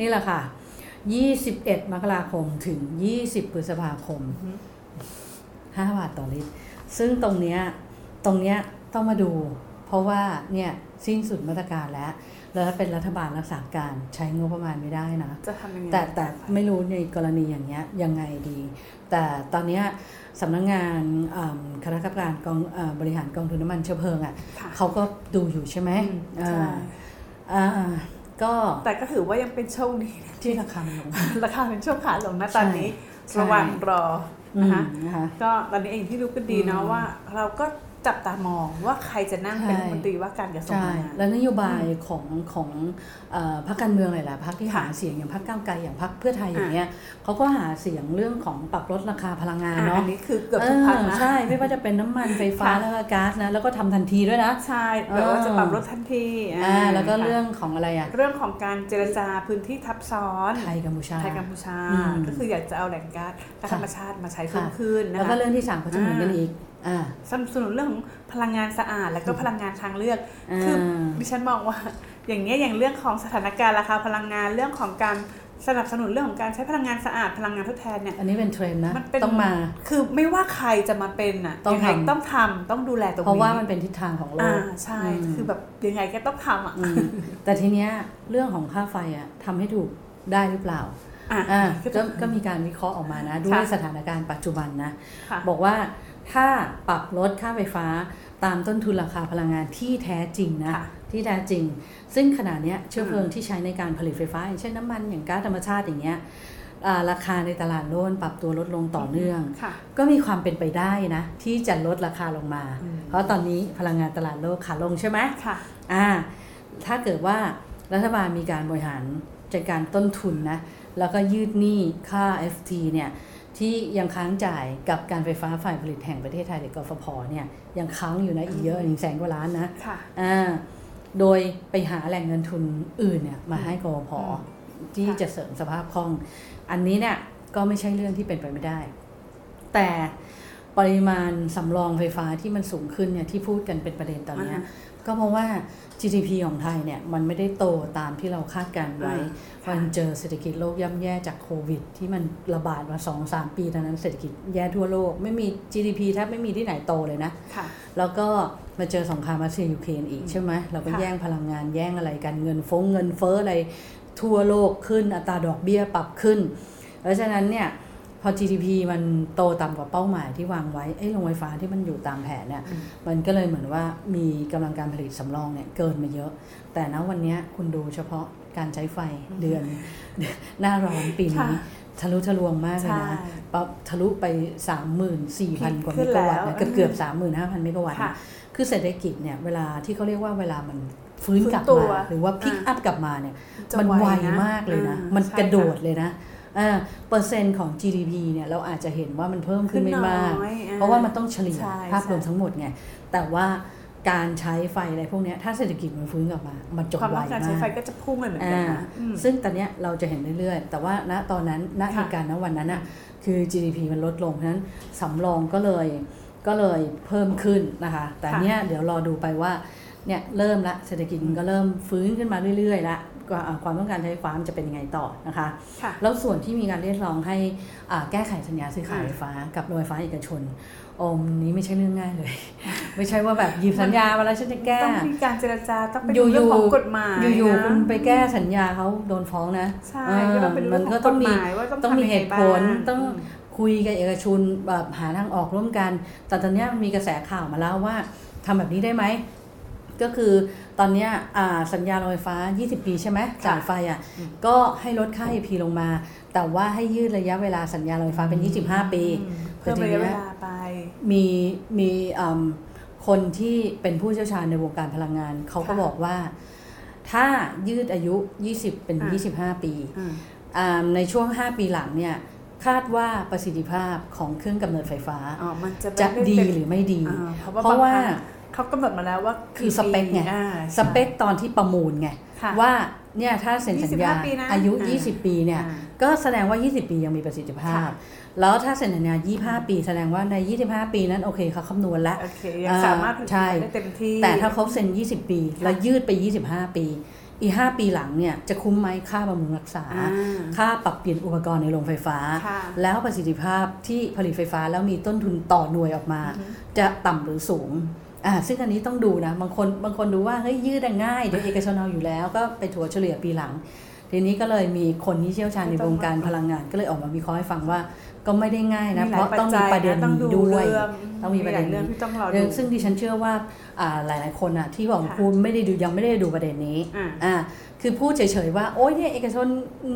Speaker 4: นี่แหละค่ะ 21 มกราคมถึง 20 พฤษภาคม
Speaker 5: อือ
Speaker 4: 5 บาทต่อลิตร ซึ่งตรงเนี้ยตรงเนี้ยต้องมาดู เพราะว่าเนี่ยสิ้นสุดมาตรการแล้ว แล้วถ้าเป็นรัฐบาลรักษาการใช้งบประมาณไม่ได้นะ
Speaker 5: จะทำยังไง
Speaker 4: แต่แต่ไม่รู้ในกรณีอย่างเงี้ยยังไงดี แต่ตอนเนี้ยสำนักงานอ่าคณะกรรมการกองอ่าบริหารกองทุนน้ำมันเชื้อเพลิงอ่ะ
Speaker 5: ค่ะ
Speaker 4: เขาก็ดูอยู่ใช่ไหม
Speaker 5: อืม
Speaker 4: อ่า
Speaker 5: ใช่
Speaker 4: อ่าก็
Speaker 5: แต่ก็ถือว่ายังเป็นโชคดีนะ
Speaker 4: ที่ราคามันลง
Speaker 5: (laughs) ราคาเป็นช่วงขาลงนะตอนนี้
Speaker 4: ใช่
Speaker 5: ระหว่างรอ
Speaker 4: อื
Speaker 5: นะ
Speaker 4: ม
Speaker 5: คะ
Speaker 4: นะคะ
Speaker 5: ก็ตอนนี้เองที่รู้ก็ดีเนาะ
Speaker 4: อืม
Speaker 5: ว่า เราก็จับตามองว่าใครจะนั่งเป็น
Speaker 4: ใช่
Speaker 5: รัฐมนตรีว่าการกระทรวง
Speaker 4: ใช่
Speaker 5: พลังงาน
Speaker 4: และนโยบายของของเอ่อพรรคการเมืองหลายๆพรรคที่หา
Speaker 5: ค่ะ
Speaker 4: เสียงอย่างพรรคก้าวไกลอย่างพรรคเพื่อไทยอย่างเงี้ยเขาก็หาเสียงเรื่องของปรับลดราคาพลังงาน
Speaker 5: อ่ะ
Speaker 4: เนาะ
Speaker 5: อันนี้คือเกือบทุกพัก
Speaker 4: เออ
Speaker 5: นะ
Speaker 4: ใช่ ไม่ว่าจะเป็นน้ำมันไฟฟ้า
Speaker 5: ค่ะ
Speaker 4: แล้วก็ก๊าซนะแล้วก็ทำทันทีด้วยนะ
Speaker 5: ใช่แบบว่าจะปรับลดทันที
Speaker 4: อ่าแล้วก็
Speaker 5: ค่ะ
Speaker 4: เรื่องของอะไรอ่ะ
Speaker 5: เรื่องของการเจรจาพื้นที่ทับซ้อน
Speaker 4: ไทยกัมพูชา
Speaker 5: ไทยกัมพูชา
Speaker 4: อืม
Speaker 5: ก็คืออยากจะเอาแหล่งก๊าซและ
Speaker 4: ค่ะ
Speaker 5: ธรรมชาติมาใช้เพิ่มขึ้นนะ
Speaker 4: แล้วก็
Speaker 5: คะ
Speaker 4: เรื่องที่สามเขาจะเหมือนกันอีกอ่า
Speaker 5: สนับสนุนเรื่องของพลังงานสะอาด และก็พลังงานทางเลือก คือดิฉันมองว่า อย่างเงี้ยอย่างเรื่องของสถานการณ์ราคาพลังงานเรื่องของการสนับสนุนเรื่องของการใช้พลังงานสะอาดพลังงานทดแทนเนี่ย
Speaker 4: อันนี้เป็นเทรนด์นะ
Speaker 5: มันเป็น
Speaker 4: ต้องมา
Speaker 5: คือไม่ว่าใครจะมาเป็นอ่ะ
Speaker 4: ต้อง
Speaker 5: ยัไง
Speaker 4: ทำ
Speaker 5: ต้องทำต้องดูแลตรงนี้
Speaker 4: เพราะว่ามันเป็นทิศทางของโล
Speaker 5: อ่าก ใช่
Speaker 4: อืม
Speaker 5: คือแบบยังไงก็ต้องทำอ่ะ
Speaker 4: อืมแต่ทีเนี้ยเรื่องของค่าไฟอ่ะทำให้ถูกได้หรือเปล่า
Speaker 5: อ่ะ
Speaker 4: อ่า
Speaker 5: คือ
Speaker 4: ก็
Speaker 5: ต้อง
Speaker 4: ก็มีการวิเคราะห์ออกมานะ
Speaker 5: ค่ะ
Speaker 4: ด้วยสถานการณ์ปัจจุบันนะ
Speaker 5: ค่ะ
Speaker 4: บอกว่าถ้าปรับลดค่าไฟฟ้าตามต้นทุนราคาพลังงานที่แท้จริงนะ
Speaker 5: ค่ะ
Speaker 4: ที่แท้จริง ซึ่งขณะเนี้ยเชื้อเพลิงที่ใช้ในการผลิตไฟฟ้า อย่างเช่นน้ำมันอย่างก๊าซธรรมชาติอย่างเงี้ยอ่าราคาในตลาดโลนปรับตัวลดลงต่อเนื่อง
Speaker 5: ค่ะ
Speaker 4: ก็มีความเป็นไปได้นะ ที่จะลดราคาลงมา
Speaker 5: อืม
Speaker 4: เพราะตอนนี้พลังงานตลาดโลกขาลงใช่ไหม
Speaker 5: ค่ะ
Speaker 4: อ่าถ้าเกิดว่ารัฐบาลมีการบริหารจัดการต้นทุนนะ แล้วก็ยืดหนี้ค่า FT เนี่ยที่ยังค้างจ่ายกับการไฟฟ้าฝ่ายผลิตแห่งประเทศไทยหรือกฟผเนี่ยยังค้างอยู่นะอีกเยอะถึงแสนกว่าล้านนะ
Speaker 5: ค่ะ
Speaker 4: อ่าโดยไปหาแหล่งเงินทุนอื่นเนี่ยมาให้กฟผที่
Speaker 5: ค่ะ
Speaker 4: จะเสริมสภาพคล่อง อันนี้เนี่ยก็ไม่ใช่เรื่องที่เป็นไปไม่ได้ แต่ปริมาณสำรองไฟฟ้าที่มันสูงขึ้นเนี่ยที่พูดกันเป็นประเด็นตอนเนี้ยก็เพราะว่า GDP ของไทยเนี่ยมันไม่ได้โตตามที่เราคาดการไว้
Speaker 5: ค่ะ
Speaker 4: มันเจอเศรษฐกิจโลกย่ำแย่จากโควิด ที่มันระบาดมา 2-3 ปีตอนนั้นเศรษฐกิจแย่ทั่วโลก ไม่มี GDP แทบไม่มีที่ไหนโตเลยนะ
Speaker 5: ค่ะ
Speaker 4: แล้วก็มาเจอสงครามรัสเซียยูเครนอีกใช่ไหมเราก็
Speaker 5: ค่ะ
Speaker 4: แย่งพลังงานแย่งอะไรกันเงินฟงเงินเฟ้ออะไรทั่วโลกขึ้นอัตราดอกเบี้ยปรับขึ้น เพราะฉะนั้นเนี่ยพอ GDP มันโตต่ำกว่าเป้าหมายที่วางไว้ไอ้ยโรงไฟฟ้าที่มันอยู่ตามแผนเนี่ยมันก็เลยเหมือนว่ามีกำลังการผลิตสำรองเนี่ยเกินมาเยอะ แต่ณวันเนี้ยคุณดูเฉพาะการใช้ไฟเดือน (laughs) หน้าร้อนปี
Speaker 5: ค่ะ
Speaker 4: นี้ทะลุทะลวงมากเลยนะ
Speaker 5: ใช่
Speaker 4: ปั๊บทะลุไป 34,000 กว่า
Speaker 5: ขึ้
Speaker 4: เม
Speaker 5: น
Speaker 4: กะวัตต์นะ
Speaker 5: แล้ว
Speaker 4: เกือบเกือบๆ สามหมื่นห้าพันเมกะวัตต์
Speaker 5: ค่ะ
Speaker 4: นะคือเศรษฐกิจเนี่ยเวลาที่เขาเรียกว่าเวลามันฟื้น
Speaker 5: ฟื้น
Speaker 4: กลับ
Speaker 5: ตั
Speaker 4: มาว หรือว่าพิก
Speaker 5: อ่า
Speaker 4: อัพกลับมาเนี่ย
Speaker 5: จะ
Speaker 4: มัน
Speaker 5: ไว
Speaker 4: ไว
Speaker 5: นะ
Speaker 4: มากเลยนะ
Speaker 5: อ่ามั
Speaker 4: มัน
Speaker 5: ใช่
Speaker 4: กระโดด
Speaker 5: ค่ะ
Speaker 4: เลยนะ อ่าเปอร์เซ็นต์ของ GDP เนี่ยเราอาจจะเห็นว่ามันเพิ่มขึ้นไม่มาก
Speaker 5: ขึ้นน้อยอ่า
Speaker 4: เพราะว่ามันต้องเฉลี่ย
Speaker 5: ใช่
Speaker 4: ภาพรวม
Speaker 5: ใช่
Speaker 4: ทั้งหมดไง แต่ว่าการใช้ไฟอะไรพวกเนี้ยถ้าเศรษฐกิจมันฟื้นกลับมา มันจบ
Speaker 5: ความ
Speaker 4: ไว
Speaker 5: ต้องการ
Speaker 4: มา
Speaker 5: ใช้ไฟ
Speaker 4: ก
Speaker 5: ก็จะพุ่งเลยเหมือนกั
Speaker 4: อ่าน
Speaker 5: นะอืม
Speaker 4: ซึ่งตอนเนี้ยเราจะเห็นเรื่อยๆ แต่ว่าณตอนนั้นณเหตุการณ์ณวันนั้นอ่ะคือ GDP มันลดลงเพราะฉะนั้นสำรองก็เลยก็เลยเพิ่มขึ้นนะคะ แต่
Speaker 5: ค่ะ
Speaker 4: เนี้ยเดี๋ยวรอดูไปว่าเนี่ยเริ่มละเศรษฐกิจมันก็เริ่มฟื้นขึ้นมาเรื่อยๆละก็อ่าความต้องการใช้ไฟฟ้ามันจะเป็นยังไงต่อนะคะ
Speaker 5: ค่ะ
Speaker 4: แล้วส่วนที่มีการเรียกร้องให้อ่าแก้ไขสัญญาซื้อขาย
Speaker 5: อืม
Speaker 4: ไฟฟ้ากับโรงไฟฟ้าเอกชนโอมนี้ไม่ใช่เรื่องง่ายเลย ไม่ใช่ว่าแบบหยิบสัญญามาแล้วฉันจะแก้
Speaker 5: ต้องมีการเจรจาต้องเป็น
Speaker 4: ยู่
Speaker 5: เรื่องของกฎหมาย
Speaker 4: อยู่อยู่
Speaker 5: นะ
Speaker 4: คุณไปแก้สัญญาเขาโดนฟ้องนะ
Speaker 5: ใช่
Speaker 4: เออ
Speaker 5: ก็ต้องเป็นเรื่
Speaker 4: มั
Speaker 5: อน งขอ
Speaker 4: ก็ต้
Speaker 5: งก
Speaker 4: อง
Speaker 5: ฎห
Speaker 4: มี
Speaker 5: มายว่าต้อง
Speaker 4: ต้องมี
Speaker 5: ทำยั
Speaker 4: เหตุ
Speaker 5: ไบ้า
Speaker 4: ผลต้องคุยกับเอกชนแบบหาทางออกร่วมกัน แต่ตอนเนี้ยมันมีกระแสข่าวมาแล้วว่าทำแบบนี้ได้ไหม ก็คือตอนเนี้ยอ่าสัญญาโรงไฟฟ้า 20 ปีใช่ไหมจ่ายไฟอ่ะก็ให้ลดค่า EP ลงมา แต่ว่าให้ยืดระยะเวลาสัญญาโรงไฟฟ้าเป็น 25 ปี
Speaker 5: อืมเพิ่มระยะเวลาไป
Speaker 4: มีมีอืมคนที่เป็นผู้เชี่ยวชาญในวงการพลังงาน เขาก็
Speaker 5: ค่ะ
Speaker 4: บอกว่า ถ้ายืดอายุ 20 เป็น
Speaker 5: อ่ะ
Speaker 4: 25 ปี
Speaker 5: อืม
Speaker 4: อ่าในช่วง 5 ปีหลังเนี่ยคาดว่าประสิทธิภาพของเครื่องกำเนิดไฟฟ้า
Speaker 5: อ๋อมันจะไม่
Speaker 4: จะดี
Speaker 5: ไเป็น
Speaker 4: หรือไม่ดี
Speaker 5: อ่าเพราะ
Speaker 4: เพราะ
Speaker 5: ว่า
Speaker 4: ว่า
Speaker 5: บงคงเขากำหนดมาแล้วว่า
Speaker 4: คือสเปคไง
Speaker 5: อ่าใช่
Speaker 4: สเปคตอนที่ประมูลไง
Speaker 5: ค่ะ
Speaker 4: ว่าเนี่ยถ้าเซ็นสัญญา
Speaker 5: 25ปีนะ
Speaker 4: อายุ
Speaker 5: อ่า
Speaker 4: 20 ปีเนี่ย
Speaker 5: อ่า
Speaker 4: ก็แสดงว่า 20 ปียังมีประสิทธิภาพ
Speaker 5: ค่ะ
Speaker 4: แล้วถ้าเซ็นสัญญา 25 ปี แสดงว่าใน 25 ปีนั้นโอเคเขาคำนวณแล้ว
Speaker 5: โอเคยังสามารถผลิต
Speaker 4: ใช่
Speaker 5: ได้เต็มที่
Speaker 4: แต่ถ้าเขาเซ็น 20 ปี แล้วยืดไป 25 ปี อีก 5 ปีหลังเนี่ยจะคุ้มไหมค่าบำรุงรักษา
Speaker 5: อ่า
Speaker 4: ค่าปรับเปลี่ยนอุปกรณ์ในโรงไฟฟ้า
Speaker 5: ค่ะ
Speaker 4: แล้วประสิทธิภาพที่ผลิตไฟฟ้าแล้วมีต้นทุนต่อหน่วยออกมา จะต่ำหรือสูงอ่าซึ่งอันนี้ต้องดูนะ บางคนบางคนดูว่าเฮ้ยยืดได้ง่ายเดี๋ยวเอกชนเอาอยู่แล้วก็ไปถัวเฉลี่ยปีหลัง ทีนี้ก็เลยมีคนที่เชี่ยวชาญในวงการพลังงาน ก็เลยออกมาวิเคราะห์ให้ฟังว่าก็ไม่ได้ง่ายนะเพราะต้องมีประเด็นนี้ด้วย
Speaker 5: ต้
Speaker 4: ต้อ
Speaker 5: อ
Speaker 4: ง ง
Speaker 5: มี
Speaker 4: มี
Speaker 5: ป
Speaker 4: ประ ระ
Speaker 5: เด็
Speaker 4: เด็น
Speaker 5: นเรื่อง
Speaker 4: นี้
Speaker 5: ที่ต้องรอ
Speaker 4: เรื่
Speaker 5: ดู
Speaker 4: องซึ่งดิฉันเชื่อว่าอ่าหลาย ๆ คนอ่ะที่บอก
Speaker 5: ค่ะ
Speaker 4: คุณไม่ได้ดูยังไม่ได้ดูประเด็นนี้
Speaker 5: อ่า
Speaker 4: อ่าคือพูดเฉย ๆ ว่า โอ๊ยเนี่ยเอกชน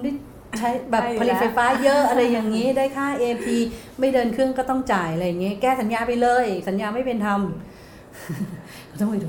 Speaker 4: ได้ใช้แบบ
Speaker 5: ได้อยู่
Speaker 4: ผลิต
Speaker 5: แล้ว
Speaker 4: ไฟฟ้าเยอะ อะไรอย่างนี้ได้
Speaker 5: (laughs)
Speaker 4: ค่า AP ไม่เดินเครื่องก็ต้องจ่าย อะไรอย่างนี้ แก้สัญญาไปเลย สัญญาไม่เป็นธรรม (laughs) ต้องไปดู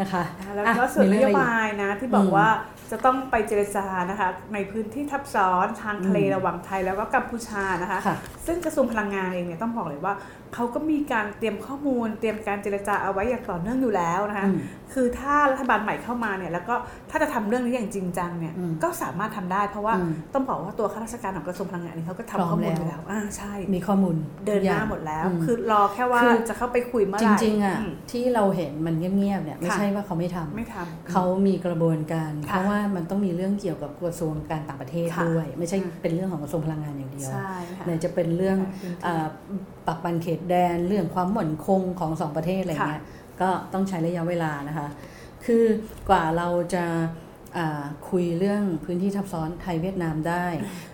Speaker 4: นะคะ
Speaker 5: ะแล้ว
Speaker 4: อ่ะ
Speaker 5: แล้วส่วนน
Speaker 4: มี
Speaker 5: โย
Speaker 4: เรื่องอะไรอีก
Speaker 5: บายนะที่บอก
Speaker 4: อืม
Speaker 5: ว่าจะต้องไปเจรจานะคะในพื้นที่ทับซ้อนทางทะเล
Speaker 4: อืม
Speaker 5: ระหว่างไทยแล้วก็กัมพูชานะคะ
Speaker 4: ค่ะ
Speaker 5: ซึ่งกระทรวงพลังงานเองเนี่ยต้องบอกเลยว่าเขาก็มีการเตรียมข้อมูล เตรียมการเจรจาเอาไว้อย่างต่อเนื่องอยู่แล้วนะคะ
Speaker 4: อืม
Speaker 5: คือถ้ารัฐบาลใหม่เข้ามาเนี่ยแล้วก็ถ้าจะทำเรื่องนี้อย่างจริงจังเนี่ย
Speaker 4: อืม
Speaker 5: ก็สามารถทำได้ เพราะว่า
Speaker 4: อืม
Speaker 5: ต้องบอกว่าตัวข้าราชการของกระทรวงพลังงานเองเขาก็ทำ
Speaker 4: พร้อม
Speaker 5: ข้อมู
Speaker 4: แล้
Speaker 5: ล
Speaker 4: ว
Speaker 5: อยู่แล้วอ่าใช่
Speaker 4: มีข้อมูล
Speaker 5: เดินห
Speaker 4: ทุก
Speaker 5: น้า
Speaker 4: อย่ง
Speaker 5: หมดแล้ว
Speaker 4: ม
Speaker 5: คือรอแค่ว่า
Speaker 4: คือ
Speaker 5: จะเข้าไปคุยเมื่อ
Speaker 4: จ
Speaker 5: ไหร่
Speaker 4: ริง ๆ อ่ะ
Speaker 5: ม
Speaker 4: ที่เราเห็นมันเงียบ ๆ เนี่ยไม่
Speaker 5: ค่ะ
Speaker 4: ใช่ว่าเขาไม่ทำ
Speaker 5: ไม่ทำ
Speaker 4: เขามีกระบวนการ เพ
Speaker 5: ค่ะ
Speaker 4: ราะว่ามันต้องมีเรื่องเกี่ยวกับกระทรวงการต่างประเทศ
Speaker 5: ค่ะ
Speaker 4: ด้วย ไม่ใช่
Speaker 5: อืม
Speaker 4: เป็นเรื่องของกระทรวงพลังงานอย่างเดียว
Speaker 5: ใช่ค่ะ
Speaker 4: ไหนจะเป็นเรื่อง
Speaker 5: ค่ะ
Speaker 4: เออปรับปันเขตแดนเรื่องความหมั่นคงของสองประเทศอะไร
Speaker 5: ค่ะ
Speaker 4: เงี้ยก็ต้องใช้ระยะเวลานะคะ คือกว่าเราจะอ่าคุยเรื่องพื้นที่ทับซ้อนไทยเวียดนามได้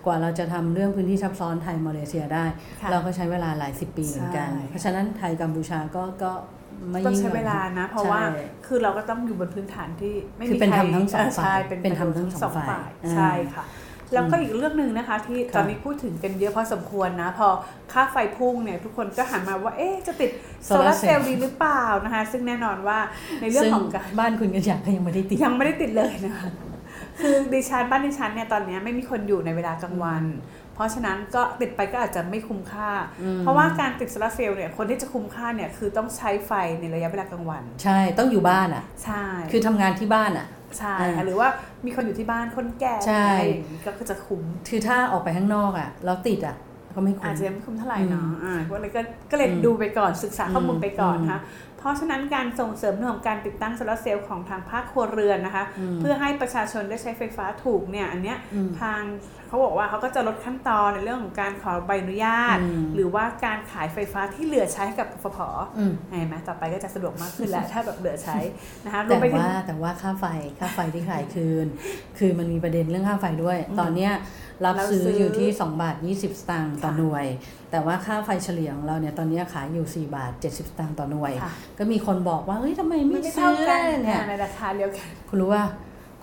Speaker 4: กว่าเราจะทำเรื่องพื้นที่ทับซ้อนไทยมาเลเซียได้
Speaker 5: ค่ะ
Speaker 4: เราก็ใช้เวลาหลายสิบปีเหมือนกัน
Speaker 5: ใช่
Speaker 4: เพราะฉะนั้นไทยกัมพูชาก็ก็ไม่
Speaker 5: ต้อง
Speaker 4: ยิ่ง
Speaker 5: ใช้
Speaker 4: หย่อน
Speaker 5: เวลานะ เพราะว่า
Speaker 4: ใช่
Speaker 5: คือเราก็ต้องอยู่บนพื้นฐานที่ไม่
Speaker 4: คื
Speaker 5: มี
Speaker 4: อเป็น
Speaker 5: ใคร
Speaker 4: ธรรมทั้งสองฝ่าย
Speaker 5: ใช่เป็น
Speaker 4: เป็นธรรม
Speaker 5: ประโยช
Speaker 4: ทั้งสองฝ่าย
Speaker 5: ใช่ค่ะ แล้วก็
Speaker 4: อืม
Speaker 5: อีกเรื่องหนึ่งนะคะ ที่
Speaker 4: ค่ะ
Speaker 5: ตอนนี้พูดถึงกันเยอะพอสมควรนะ พอค่าไฟพุ่งเนี่ยทุกคนก็หันมาว่า เอ๊ะจะติดโซลา
Speaker 4: Solar
Speaker 5: ร์เซลล์ดีหรือเปล่านะคะ ซึ่งแน่นอนว่าในเรื่อง
Speaker 4: ซึ่ง
Speaker 5: ของการ
Speaker 4: บ้านคุณกันอยากก็ยังไม่ได้ติด
Speaker 5: ยังไม่ได้ติดเลยนะคะ คือดิฉันบ้านดิฉันเนี่ยตอนเนี้ยไม่มีคนอยู่ในเวลากลางวัน เพราะฉะนั้นก็ติดไปก็อาจจะไม่คุ้มค่า
Speaker 4: อืม
Speaker 5: เพราะว่าการติดโซลาร์เซลล์เนี่ยคนที่จะคุ้มค่าเนี่ยคือต้องใช้ไฟในระยะเวลากลางวัน
Speaker 4: ใช่ต้องอยู่บ้านอ่ะ
Speaker 5: ใช่
Speaker 4: คือทำงานที่บ้านอ่ะ
Speaker 5: ใช่
Speaker 4: อ่า
Speaker 5: หรือว่ามีคนอยู่ที่บ้านคนแก่
Speaker 4: ใช่
Speaker 5: อะไรอย่างนี้ก็จะคุ้ม
Speaker 4: คือถ้าออกไปข้างนอกอ่ะแล้วติดอ่ะ ก็ไม่คุ้
Speaker 5: อาจ
Speaker 4: ม
Speaker 5: จะยังไม่คุ้มเท่าไหร่
Speaker 4: อืม
Speaker 5: เนาะอ่าพวกอะไรก็ก็เลย
Speaker 4: อืม
Speaker 5: ดูไปก่อนศึกษาข้อมูล
Speaker 4: อืม
Speaker 5: ไปก่อนนะคะ เพราะฉะนั้นการส่งเสริมเรื่องของการติดตั้งโซลาร์เซลล์ของทางภาคครัวเรือนนะคะ
Speaker 4: อืม
Speaker 5: เพื่อให้ประชาชนได้ใช้ไฟฟ้าถูกเนี่ย อันเนี้ย
Speaker 4: อืม
Speaker 5: ทางเขาบอกว่าเขาก็จะลดขั้นตอนในเรื่องของการขอใบอนุญาต
Speaker 4: อืม
Speaker 5: หรือว่าการขายไฟฟ้าที่เหลือใช้ให้กับกฟผ
Speaker 4: อืม
Speaker 5: เห็นไหมต่อไปก็จะสะดวกมากขึ้นแหละ ถ้าแบบเหลือใช้นะคะรว
Speaker 4: แต่
Speaker 5: มไปถึง
Speaker 4: ว่าแต่ว่าค่าไฟค่าไฟที่ขายคืน คือมันมีประเด็นเรื่องค่าไฟด้วย ตอนเนี้ยรับ
Speaker 5: รับซื้
Speaker 4: ซื้
Speaker 5: อ
Speaker 4: ออยู่ที่ 2 บาท 20 สตางค์ต่อ
Speaker 5: ค่ะ
Speaker 4: หน่วย แต่ว่าค่าไฟเฉลี่ยของเราเนี่ยตอนเนี้ยขายอยู่ 4 บาท 70 สตางค์ต่อหน่วย
Speaker 5: ค่ะ
Speaker 4: ก็มีคนบอกว่าเฮ้ยทำไม
Speaker 5: มั
Speaker 4: ไม่
Speaker 5: นไม่
Speaker 4: ซื้อ
Speaker 5: เท่ากัน
Speaker 4: เนี่ย
Speaker 5: ในราคาเดียวกัน
Speaker 4: คุณรู้ว่า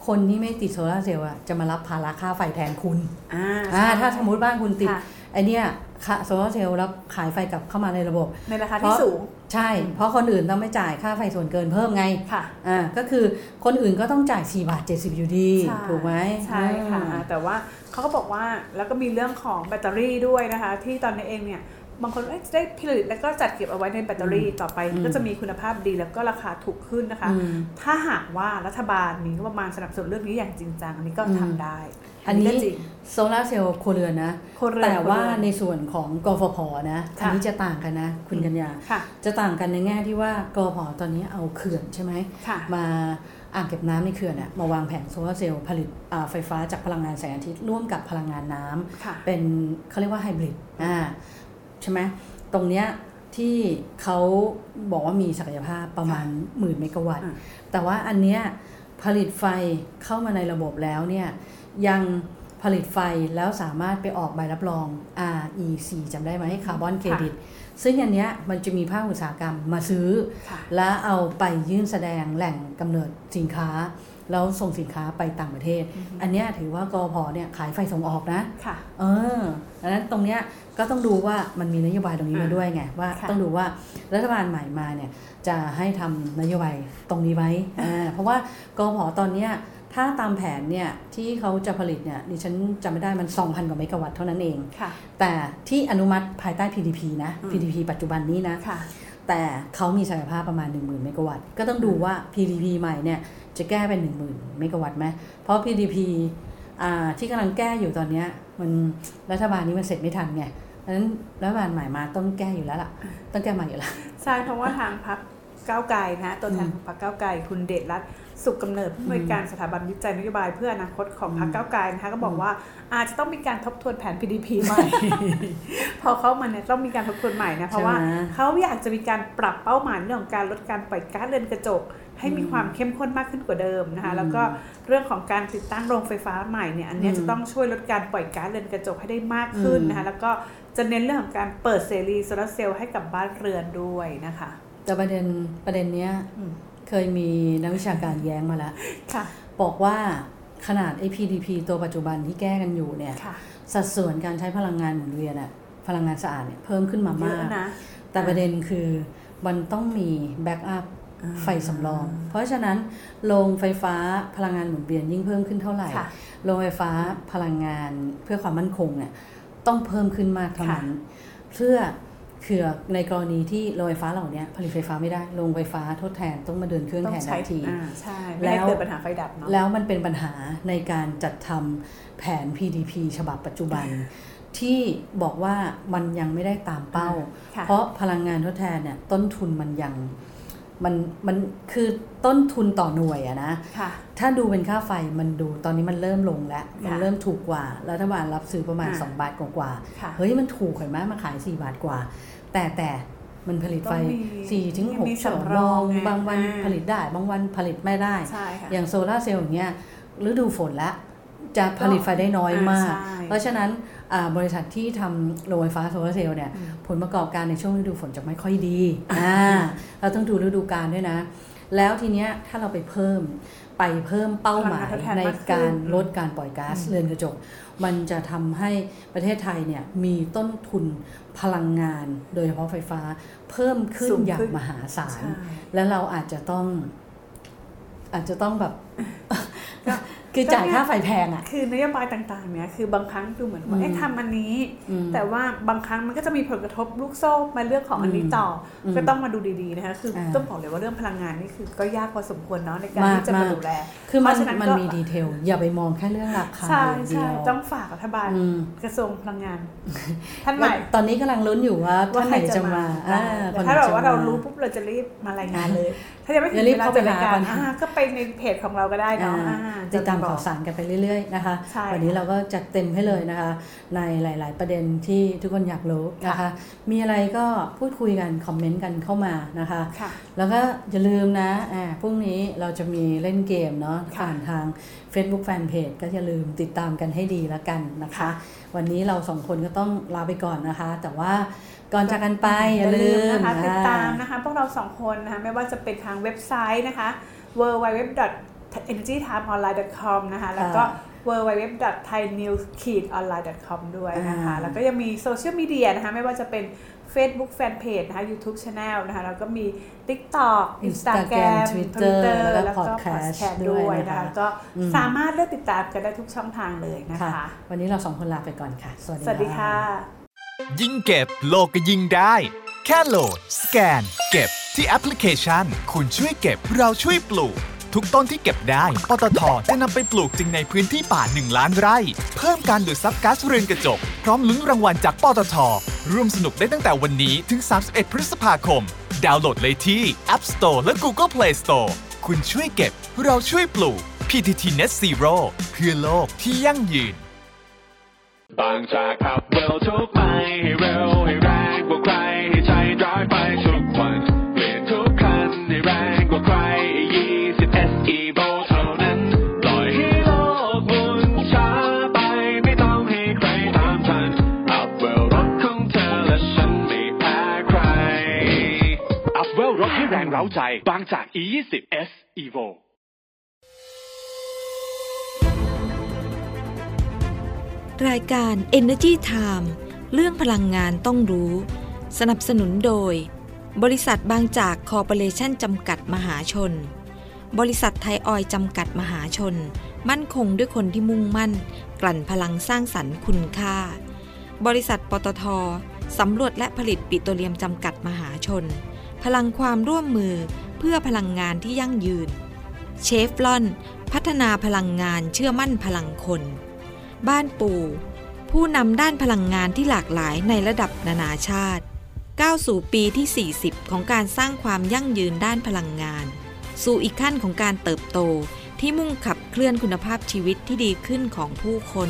Speaker 4: คนที่ไม่ติดโซลาร์เซลล์อะจะมารับภาระค่าไฟแทนคุณ
Speaker 5: อ่า
Speaker 4: อ่าถ้าสมมติบ้านคุณติด
Speaker 5: ค่ะ
Speaker 4: ไอเนี้ย ค่ะโซลาร์เซลล์แล้วขายไฟกลับเข้ามาในระบบ
Speaker 5: ในราคา
Speaker 4: เพ
Speaker 5: ที่
Speaker 4: ราะ
Speaker 5: สูง
Speaker 4: ใช่ เพราะคนอื่นต้องไม่จ่ายค่าไฟส่วนเกินเพิ่มไง
Speaker 5: ค่ะ
Speaker 4: อ่าก็คือคนอื่นก็ต้องจ่าย 4 บาท 70 อยู่ดี
Speaker 5: ใช่
Speaker 4: ถูกไหม
Speaker 5: ใช่ค่ะ
Speaker 4: อืม
Speaker 5: แต่ว่าเขาก็บอกว่าแล้วก็มีเรื่องของแบตเตอรี่ด้วยนะคะ ที่ตอนนี้เองเนี่ยบางคนเอ้ยได้ผลิตแล้วก็จัดเก็บเอาไว้ในแบตเตอรี่ต่อไป
Speaker 4: อืม
Speaker 5: ก็จะมีคุณภาพดีแล้วก็ราคาถูกขึ้นนะคะ
Speaker 4: อืม
Speaker 5: ถ้าหากว่ารัฐบาลมีงบประมาณสนับสนุนเรื่องนี้อย่างจริงจังอันนี้ก็
Speaker 4: อืม
Speaker 5: ทำได้
Speaker 4: อันนี้
Speaker 5: ก็จริง
Speaker 4: โซลาร์เซลล์ครัวเรือนนะ
Speaker 5: ครัเรือน
Speaker 4: แต่ว่า
Speaker 5: ครัเรือน
Speaker 4: ในส่วนของกฟผนะ
Speaker 5: ค่ะ
Speaker 4: อันนี้จะต่างกันนะ คุณกัญญา
Speaker 5: ค่ะ
Speaker 4: จะต่างกันในแง่ที่ว่ากฟผตอนนี้เอาเขื่อนใช่ไหม
Speaker 5: ค่ะ
Speaker 4: มาอ่างเก็บน้ำในเขื่อนอะมาวางแผงโซลาร์เซลล์ผลิตอ่าไฟฟ้าจากพลังงานแสงอาทิตย์ร่วมกับพลังงานน้ำ
Speaker 5: ค่ะ
Speaker 4: เป็นเขาเรียกว่าไฮบริดอ่าใช่ไหมตรงเนี้ยที่เขาบอกว่ามีศักยภาพประมาณหมื่นเมกะวัตต์
Speaker 5: อ่า
Speaker 4: แต่ว่าอันเนี้ยผลิตไฟเข้ามาในระบบแล้วเนี่ยยังผลิตไฟแล้วสามารถไปออกใบรับรอง REC จำได้ไหมคาร์บอนเครดิต ซึ่งอันเนี้ยมันจะมีภาคอุตสาหกรรมมาซื้อ
Speaker 5: ค่ะ
Speaker 4: และเอาไปยื่นแสดงแหล่งกำเนิดสินค้า แล้วส่งสินค้าไปต่างประเทศ
Speaker 5: อือฮึ
Speaker 4: อันเนี้ยถือว่ากอพอเนี่ยขายไฟส่งออกนะ
Speaker 5: ค่ะ
Speaker 4: เออดังนั้นตรงเนี้ยก็ต้องดูว่ามันมีนโยบายตรงนี้มา
Speaker 5: อ่า
Speaker 4: ด้วยไงว่า
Speaker 5: ค่ะ
Speaker 4: ต้องดูว่ารัฐบาลใหม่มาเนี่ยจะให้ทำนโยบายตรงนี้ไหมอ่าเพราะว่ากพอตอนเนี้ยถ้าตามแผนเนี่ยที่เขาจะผลิตเนี่ยดิฉันจำไม่ได้มัน 2,000 กว่าเมกะวัตต์เท่านั้นเอง
Speaker 5: ค่ะ
Speaker 4: แต่ที่อนุมัติภายใต้ PDP นะ
Speaker 5: อืม
Speaker 4: PDP ปัจจุบันนี้นะ
Speaker 5: ค่ะ
Speaker 4: แต่เขามีศักยภาพประมาณ 10,000 เมกะวัตต์ ก็ต้องดูว่า PDP ใหม่เนี่ยจะแก้เป็น 10,000 เมกะวัตต์ไหม เพราะ PDP อ่าที่กำลังแก้อยู่ตอนเนี้ยมันรัฐบาลนี้มันเสร็จไม่ทันไงเพราะฉะนั้นรัฐบาลใหม่มาต้องแก้อยู่แล้วล่ะ ต้องแก้ใหม่อยู่แล้ว
Speaker 5: ใช่เพราะว่าทางพรรคก้าวไกลนะฮะตัวแทนของพรรคก้าวไกลคุณเดชรัตน์สุขกำเนิดผู้อำนวยการสถาบันวิจัยนโยบายเพื่ออนาคตของพรรคก้าวไกลนะคะก็บอกว่าอาจจะต้องมีการทบทวนแผน PDP ใหม่ พอเข้ามาเนี่ยต้องมีการทบทวนใหม่นะเพราะว่า
Speaker 4: ใช่ไหม
Speaker 5: เขาอยากจะมีการปรับเป้าหมายเรื่องของการลดการปล่อยก๊าซเรือนกระจก ให้มีความเข้มข้นมากขึ้นกว่าเดิมนะคะ
Speaker 4: อืม
Speaker 5: แล้วก็เรื่องของการติดตั้งโรงไฟฟ้าใหม่เนี่ยอันเนี้ยจะต้องช่วยลดการปล่อยก๊าซเรือนกระจกให้ได้มากขึ้นนะคะแล้วก็จะเน้นเรื่องของการเปิดเสรีโซลาร์เซลล์ให้กับบ้านเรือนด้วยนะคะ
Speaker 4: แต่ประเด็นประเด็นเนี้ย
Speaker 5: อืม
Speaker 4: เคยมีนักวิชาการแย้งมาแล้ว
Speaker 5: ค่ะ
Speaker 4: บอกว่าขนาด APDP ตัวปัจจุบันที่แก้กันอยู่เนี่ย
Speaker 5: ค่ะ
Speaker 4: สัดส่วนการใช้พลังงานหมุนเวียนอะพลังงานสะอาดเนี่ยเพิ่มขึ้นมา
Speaker 5: เย
Speaker 4: มา
Speaker 5: อะ
Speaker 4: ก
Speaker 5: นะ
Speaker 4: แต่ประเด็นคือมันต้องมีแบ็กอัพ
Speaker 5: อ่า
Speaker 4: ไฟสำรอง เพราะฉะนั้นโรงไฟฟ้าพลังงานหมุนเวียนยิ่งเพิ่มขึ้นเท่าไหร่
Speaker 5: ค่ะ
Speaker 4: โรงไฟฟ้าพลังงานเพื่อความมั่นคงเนี่ยต้องเพิ่มขึ้นมากเท่านั้นเพื่อเผื่อในกรณีที่โรงไฟฟ้าเหล่านี้ผลิตไฟฟ้าไม่ได้โรงไฟฟ้าทดแทนต้องมาเดินเครื่อง
Speaker 5: ต้อ
Speaker 4: แท
Speaker 5: ง
Speaker 4: น
Speaker 5: ใช้
Speaker 4: ทันที
Speaker 5: อ่าใช่ ไม่ได้
Speaker 4: แล้ว
Speaker 5: เกิดปัญหาไฟดับเนาะ
Speaker 4: แล้วมันเป็นปัญหาในการจัดทำแผน PDP ฉบับปัจจุบัน ที่บอกว่ามันยังไม่ได้ตามเป้า
Speaker 5: ค่ะ
Speaker 4: เพราะพลังงานทดแทนเนี่ยต้นทุนมันยังมันมันคือต้นทุนต่อหน่วยอะนะ
Speaker 5: ค่ะ
Speaker 4: ถ้าดูเป็นค่าไฟมันดูตอนนี้มันเริ่มลงแล้ว มัน
Speaker 5: ค่ะ
Speaker 4: เริ่มถูกกว่า รัฐบาลรับซื้อประมาณ
Speaker 5: อ่า
Speaker 4: 2 บาทกว่าๆ
Speaker 5: ค่ะ
Speaker 4: เฮ้ยมันถูกเห็นไหมมาขาย 4 บาทกว่า แต่แต่มันผลิตไฟ
Speaker 5: ต้องมี
Speaker 4: 4ถึง
Speaker 5: มี
Speaker 4: 6
Speaker 5: สำรองไง
Speaker 4: บางวัน
Speaker 5: อ่า
Speaker 4: ผลิตได้บางวันผลิตไม่ได้
Speaker 5: ใช่ค่ะ
Speaker 4: อย่างโซลาร์เซลล์อย่างเงี้ยฤดูฝนละจะผลิตไฟได้น้อยมาก
Speaker 5: อ่าใช่
Speaker 4: เพราะฉะนั้นอ่าบริษัทที่ทำโรงไฟฟ้าโซลาร์เซลล์เนี่ย
Speaker 5: อืม
Speaker 4: ผลประกอบการในช่วงฤดูฝนจะไม่ค่อย
Speaker 5: (laughs)
Speaker 4: ดีอ่าเราต้องดูฤดูกาลด้วยนะ แล้วทีเนี้ยถ้าเราไปเพิ่มไปเพิ่มเป้าหมาย
Speaker 5: พลังงานทดแทน
Speaker 4: ใน
Speaker 5: มากขึ้น
Speaker 4: การลดการปล่อยก๊าซเรือนกระจก มันจะทำให้ประเทศไทยเนี่ยมีต้นทุนพลังงาน โดยเฉพาะไฟฟ้าเพิ่มขึ้นอย่างมหาศาล
Speaker 5: ใช่
Speaker 4: แล้วเราอาจจะต้อง อาจจะต้องแบบ
Speaker 5: (laughs) ก็
Speaker 4: คือจ่ายค่าไฟแพงอ่ะ
Speaker 5: คือนโยบายต่างๆเนี่ยคือบางครั้งดูเหมือนว่า
Speaker 4: อืม
Speaker 5: เอ๊ะทำอันนี้
Speaker 4: อืม
Speaker 5: แต่ว่าบางครั้งมันก็จะมีผลกระทบลูกโซ่มาเรื่องของอันนี้ต่ออ
Speaker 4: ม
Speaker 5: ก็ต้องมาดูดีๆนะคะคืออา ต้องบอกเลยว่าเรื่องพลังงานนี่คือก็ยากพอสมควรเนาะในการ
Speaker 4: มาก
Speaker 5: ที่จะมาม
Speaker 4: าก
Speaker 5: ดูแล
Speaker 4: คือมัน
Speaker 5: เพราะฉะ
Speaker 4: มัน
Speaker 5: ก็
Speaker 4: มีดีเทล อย่าไปมองแค่เรื่องราคา
Speaker 5: ใช่
Speaker 4: อย่างเดี
Speaker 5: ใช่
Speaker 4: ยว
Speaker 5: ต้องฝากรัฐบาล
Speaker 4: อืม
Speaker 5: กระทรวงพลังงาน ท่านใหม่
Speaker 4: ตอนนี้กำลังลุ้นอยู่ว่าท่านไหนจะมา
Speaker 5: อ่
Speaker 4: อ่า
Speaker 5: แต่
Speaker 4: นไหน
Speaker 5: ถ้าแบบว่า
Speaker 4: จะม
Speaker 5: เรารู้ปุ๊บเราจะรีบมารายงานเลย ถ้ายังไม่ถึ
Speaker 4: อง ย่ารี
Speaker 5: เว
Speaker 4: บ
Speaker 5: ลา
Speaker 4: เข้าไป
Speaker 5: จัดรายกา
Speaker 4: หาก่
Speaker 5: ร
Speaker 4: อน
Speaker 5: อ่าก็ไปในเพจของเราก็ได้เนาะ
Speaker 4: อ่า
Speaker 5: อ่า
Speaker 4: ติดตาม
Speaker 5: จะบอ
Speaker 4: ข่าก วสารกันไปเรื่อยๆนะคะ
Speaker 5: ใช่
Speaker 4: วันนี้เราก็จัดเต็มให้เลยนะคะ ในหลาย ๆ ประเด็นที่ทุกคนอยากรู้นะคะ
Speaker 5: ค่ะ
Speaker 4: มีอะไรก็พูดคุยกันคอมเมนต์กันเข้ามานะคะ
Speaker 5: ค่ะ
Speaker 4: แล้วก็อย่าลืมนะอ่าพรุ่งนี้เราจะมีเล่นเกมเนาะ
Speaker 5: ค่ะ
Speaker 4: ผ่านทาง Facebook Fanpage ก็อย่าลืมติดตามกันให้ดีแล้วกันนะคะ
Speaker 5: ค่ะ
Speaker 4: วันนี้เราสองคนก็ต้องลาไปก่อนนะคะ แต่ว่าก่อนจากกันไปอย่าลืม
Speaker 5: นะคะติดตาม
Speaker 4: อ่
Speaker 5: นะคะ พวกเราสองคนนะคะ ไม่ว่าจะเป็นทางเว็บไซต์นะคะ www energytimeonline com นะคะ แล้วก็
Speaker 4: อ่
Speaker 5: www.thainews-online.com ด้วยนะคะ
Speaker 4: อ่า
Speaker 5: แล้วก็ยังมีโซเชียลมีเดียนะคะ ไม่ว่าจะเป็น Facebook Fanpage นะคะ YouTube Channel นะคะ แล้วก็มี TikTok Instagram
Speaker 4: Instagram Twitter
Speaker 5: Twitter
Speaker 4: แล้วก็
Speaker 5: แล้วก็
Speaker 4: Podcast
Speaker 5: Podcast
Speaker 4: ด้
Speaker 5: ด้
Speaker 4: ว
Speaker 5: วย ย
Speaker 4: นะ
Speaker 5: นะคะ คะ ก็
Speaker 4: อืม
Speaker 5: สามารถเลือกติดตามกันได้ทุกช่องทางเลยนะ
Speaker 4: ค่ะ
Speaker 5: คะ
Speaker 4: วันนี้เราสองคนลาไปก่อนค่ะ สวัสดี
Speaker 5: สวัสดีค่ะ
Speaker 4: ค่ะ
Speaker 3: ยิ่งเก็บโลกก็ยิ่งได้ แค่โหลด สแกน เก็บที่แอปพลิเคชัน คุณช่วยเก็บเราช่วยปลูก ทุกต้นที่เก็บได้ปตทจะนำไปปลูกจริงในพื้นที่ป่า 1 ล้านไร่ เพิ่มการดูดซับก๊าซเรือนกระจก พร้อมลุ้นรางวัลจากปตท ร่วมสนุกได้ตั้งแต่วันนี้ถึง 31 พฤษภาคม ดาวน์โหลดเลยที่ App Store และ Google Play Store คุณช่วยเก็บ เราช่วยปลูก PTT Net Zero เพื่อโลกที่ยั่งยืน
Speaker 2: บางจากขับเร็วทุกไปให้เร็วให้แรงกว่าใครให้ใช้ร้อยไปทุกวันเปลี่ยนทุกคันให้แรงกว่าใคร20 SE v o เท่านั้นปล่อยให้โลกหมุนช้าไปไม่ต้องให้ใครตามทันอัพเวลรถของเธอและฉันไม่แพ้ใคร อัพเวลรถให้แรงเร้าใจ บางจาก E20 S Evo
Speaker 1: .com รายการ Energy Time เรื่องพลังงานต้องรู้ สนับสนุนโดย บริษัทบางจากคอร์ปอเรชันจำกัดมหาชน บริษัทไทยออยล์จำกัดมหาชน มั่นคงด้วยคนที่มุ่งมั่น กลั่นพลังสร้างสรรค์คุณค่า บริษัทปตทสำรวจและผลิตปิโตรเลียมจำกัดมหาชน พลังความร่วมมือเพื่อพลังงานที่ยั่งยืน เชฟลอน พัฒนาพลังงานเชื่อมั่นพลังคน บ้านปู่ ผู้นำด้านพลังงานที่หลากหลายในระดับนานาชาติ ก้าวสู่ปีที่ 40 ของการสร้างความยั่งยืนด้านพลังงาน สู่อีกขั้นของการเติบโตที่มุ่งขับเคลื่อนคุณภาพชีวิตที่ดีขึ้นของผู้คน